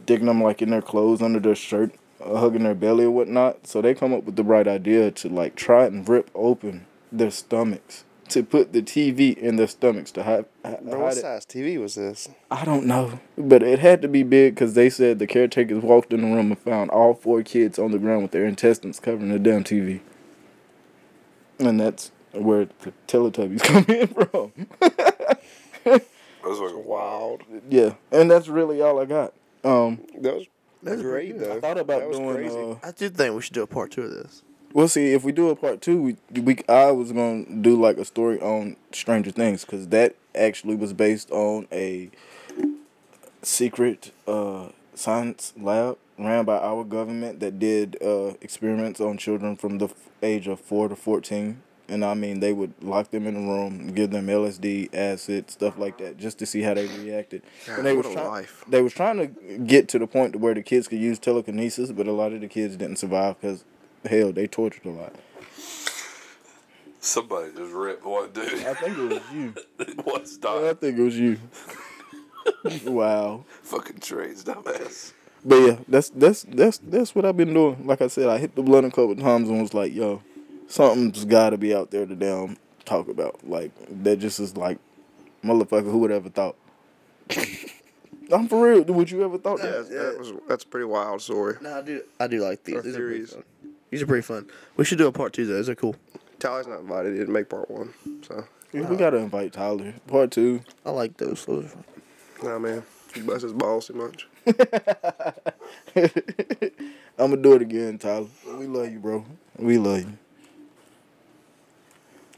Speaker 4: digging them like in their clothes, under their shirt, uh, hugging their belly or whatnot. So they come up with the bright idea to like try and rip open their stomachs to put the TV in their stomachs to hide. hi-
Speaker 5: Bro,
Speaker 4: hide
Speaker 5: what
Speaker 4: it.
Speaker 5: size TV was this?
Speaker 4: I don't know, but it had to be big because they said the caretakers walked in the room and found all four kids on the ground with their intestines covering the damn TV. And that's where the Teletubbies (laughs) come in from.
Speaker 1: That was like wild.
Speaker 4: yeah, and that's really all I got. Um,
Speaker 5: That was
Speaker 2: That's
Speaker 5: great though.
Speaker 4: I thought
Speaker 5: that
Speaker 4: about
Speaker 5: was
Speaker 4: doing.
Speaker 5: crazy.
Speaker 4: Uh,
Speaker 2: I do think we should do a part two of this.
Speaker 4: we'll see if we do a part two. We, we I was gonna do like a story on Stranger Things because that actually was based on a secret uh, science lab ran by our government that did uh, experiments on children from the f- age of four to fourteen. And I mean, they would lock them in a room, give them LSD, acid, stuff like that, just to see how they reacted. and they
Speaker 2: what
Speaker 4: was
Speaker 2: a
Speaker 4: try-
Speaker 2: life.
Speaker 4: They was trying to get to the point to where the kids could use telekinesis, but a lot of the kids didn't survive because hell, they tortured a lot.
Speaker 1: Somebody just ripped one dude. (laughs)
Speaker 4: I think it was you.
Speaker 1: it was
Speaker 4: I
Speaker 1: not
Speaker 4: think it
Speaker 2: (laughs)
Speaker 4: was you. wow.
Speaker 1: fucking trains, dumbass.
Speaker 4: But yeah, that's that's that's that's what I've been doing. Like I said, I hit the blunt a couple times and was like, yo, something's gotta be out there to damn talk about. Like that just is like motherfucker, who would ever thought? (laughs) I'm for real. Would you ever thought that?
Speaker 5: That's- that was that's a pretty wild story.
Speaker 2: No, I do. I do like these.
Speaker 5: Our
Speaker 2: These are, pretty
Speaker 5: theories.
Speaker 2: fun. these are pretty fun. We should do a part two. Though. Those are cool.
Speaker 5: Tyler's not invited. He didn't make part one. So,
Speaker 4: we gotta invite Tyler. Part two. (laughs)
Speaker 2: I like those. Those are fun.
Speaker 5: nah, man. He busts his balls too much.
Speaker 4: I'm gonna do it again, Tyler. We love you, bro. We love you.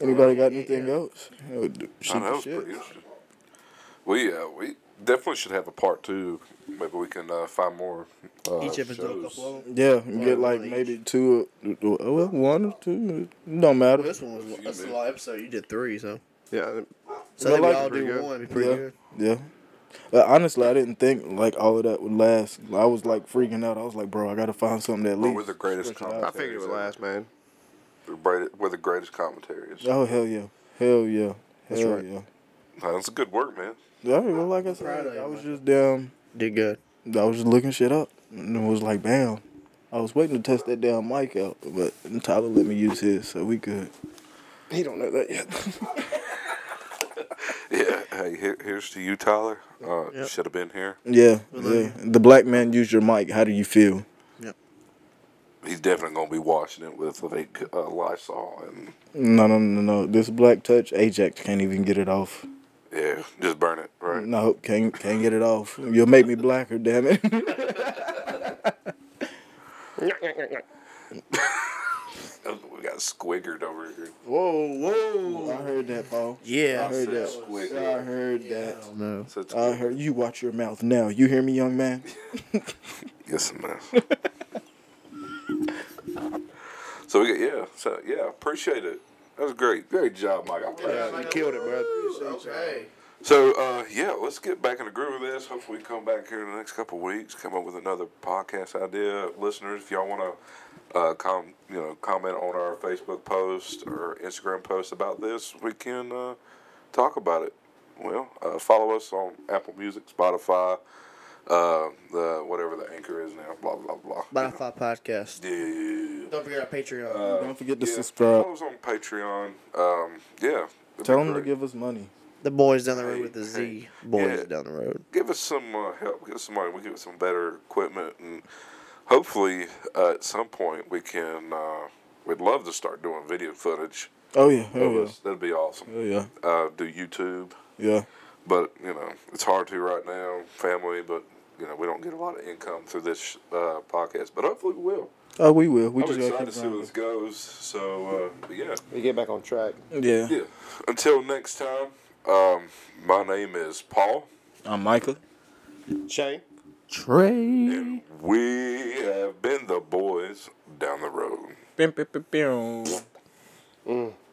Speaker 4: Anybody got anything else? Oh, d-
Speaker 1: I know,
Speaker 4: shoot the
Speaker 1: it was
Speaker 4: shit.
Speaker 1: pretty interesting. We, uh, we definitely should have a part two. Maybe we can uh, find more uh,
Speaker 2: Each episode.
Speaker 1: shows.
Speaker 2: Well,
Speaker 4: Yeah, you get like
Speaker 2: one each.
Speaker 4: maybe two, or- or- or- well, one or two. It don't matter.
Speaker 2: this one was
Speaker 1: Few
Speaker 2: that's a
Speaker 1: minutes.
Speaker 2: lot of episode. You did three, so
Speaker 5: Yeah, I didn't-
Speaker 2: so
Speaker 4: But
Speaker 2: then we
Speaker 4: like-
Speaker 2: all do
Speaker 5: Pretty good.
Speaker 2: one. It'd be pretty
Speaker 4: Yeah.
Speaker 2: good.
Speaker 4: Yeah. But honestly, I didn't think like all of that would last. I was like freaking out. I was like, bro, I gotta find something that
Speaker 1: Well,
Speaker 4: least.
Speaker 1: Oh, we're the greatest
Speaker 4: stretch it out.
Speaker 1: comedy.
Speaker 5: I figured it would
Speaker 3: uh,
Speaker 5: last, man.
Speaker 1: We're great- We're the greatest commentaries.
Speaker 4: Oh hell yeah, hell yeah, hell
Speaker 5: That's right.
Speaker 4: yeah.
Speaker 1: Nah, That's good work, man.
Speaker 4: Yeah, well, like I said,
Speaker 2: Friday,
Speaker 4: I was
Speaker 2: man.
Speaker 4: just damn.
Speaker 2: Did good.
Speaker 4: I was just looking shit up, and it was like, bam. I was waiting to test that damn mic out, but Tyler let me use his, so we good.
Speaker 5: He don't know that yet. (laughs)
Speaker 1: Yeah. (laughs) Hey, here, here's to you, Tyler. Uh,
Speaker 2: Yep.
Speaker 1: Should have been here.
Speaker 4: Yeah,
Speaker 2: We love
Speaker 4: yeah. The black man used your mic. How do you feel?
Speaker 1: He's definitely gonna be washing it with like uh, Lysol and
Speaker 4: No, no, no, no. This black touch, Ajax can't even get it off.
Speaker 1: yeah, just burn it. Right.
Speaker 4: No, can't can't get it off. You'll make me blacker, damn it. (laughs)
Speaker 1: We got squiggered over here.
Speaker 4: whoa, whoa! I heard that, Paul. I
Speaker 2: Yeah.
Speaker 4: heard that. I
Speaker 1: Squiggered.
Speaker 4: heard that.
Speaker 2: No.
Speaker 1: So it's
Speaker 4: I
Speaker 1: good.
Speaker 4: heard you. Watch your mouth now. You hear me, young man?
Speaker 1: Yes, man. (laughs) so we got yeah. So yeah, appreciate it. That was great. Great job, Mike. I'm proud of you.
Speaker 5: You killed it, bro.
Speaker 2: Okay.
Speaker 1: So uh, yeah, let's get back in the groove of this. Hopefully, we come back here in the next couple of weeks, come up with another podcast idea. Listeners, if y'all want to uh, com you know comment on our Facebook post or Instagram post about this, we can uh, talk about it. Well, uh, follow us on Apple Music, Spotify, uh, the whatever the anchor is now. Blah blah blah.
Speaker 2: Spotify podcast.
Speaker 1: Yeah.
Speaker 2: Don't forget our Patreon.
Speaker 4: Don't forget to
Speaker 1: Yeah.
Speaker 4: subscribe.
Speaker 1: Follow us on Patreon. Um, yeah. it'd be
Speaker 4: Tell them to
Speaker 1: great.
Speaker 4: give us money.
Speaker 2: the boys down the road
Speaker 1: Hey,
Speaker 2: with the Z.
Speaker 1: hey.
Speaker 2: Boys
Speaker 1: Yeah.
Speaker 2: down the road.
Speaker 1: give us some uh, help. Give us some money. We get some better equipment, and hopefully, uh, at some point, we can. Uh, we'd love to start doing video footage
Speaker 4: Oh yeah,
Speaker 1: of
Speaker 4: oh yeah,
Speaker 1: us. That'd be awesome.
Speaker 4: oh yeah,
Speaker 1: Uh, do YouTube,
Speaker 4: yeah.
Speaker 1: but you know it's hard to right now, family. But you know we don't get a lot of income through this uh, podcast, but hopefully we will.
Speaker 4: Oh, we will. We
Speaker 1: I'm
Speaker 4: just gotta
Speaker 1: excited to
Speaker 4: keep
Speaker 1: see where this
Speaker 4: grinding.
Speaker 1: goes. So uh, but yeah,
Speaker 5: We get back on track.
Speaker 4: Yeah.
Speaker 1: yeah. Until next time, um, my name is Paul,
Speaker 4: I'm Michael.
Speaker 5: Shane.
Speaker 4: Trey.
Speaker 1: and we have been the boys down the road.
Speaker 4: Bim, bim, bim, bim.
Speaker 5: Mm.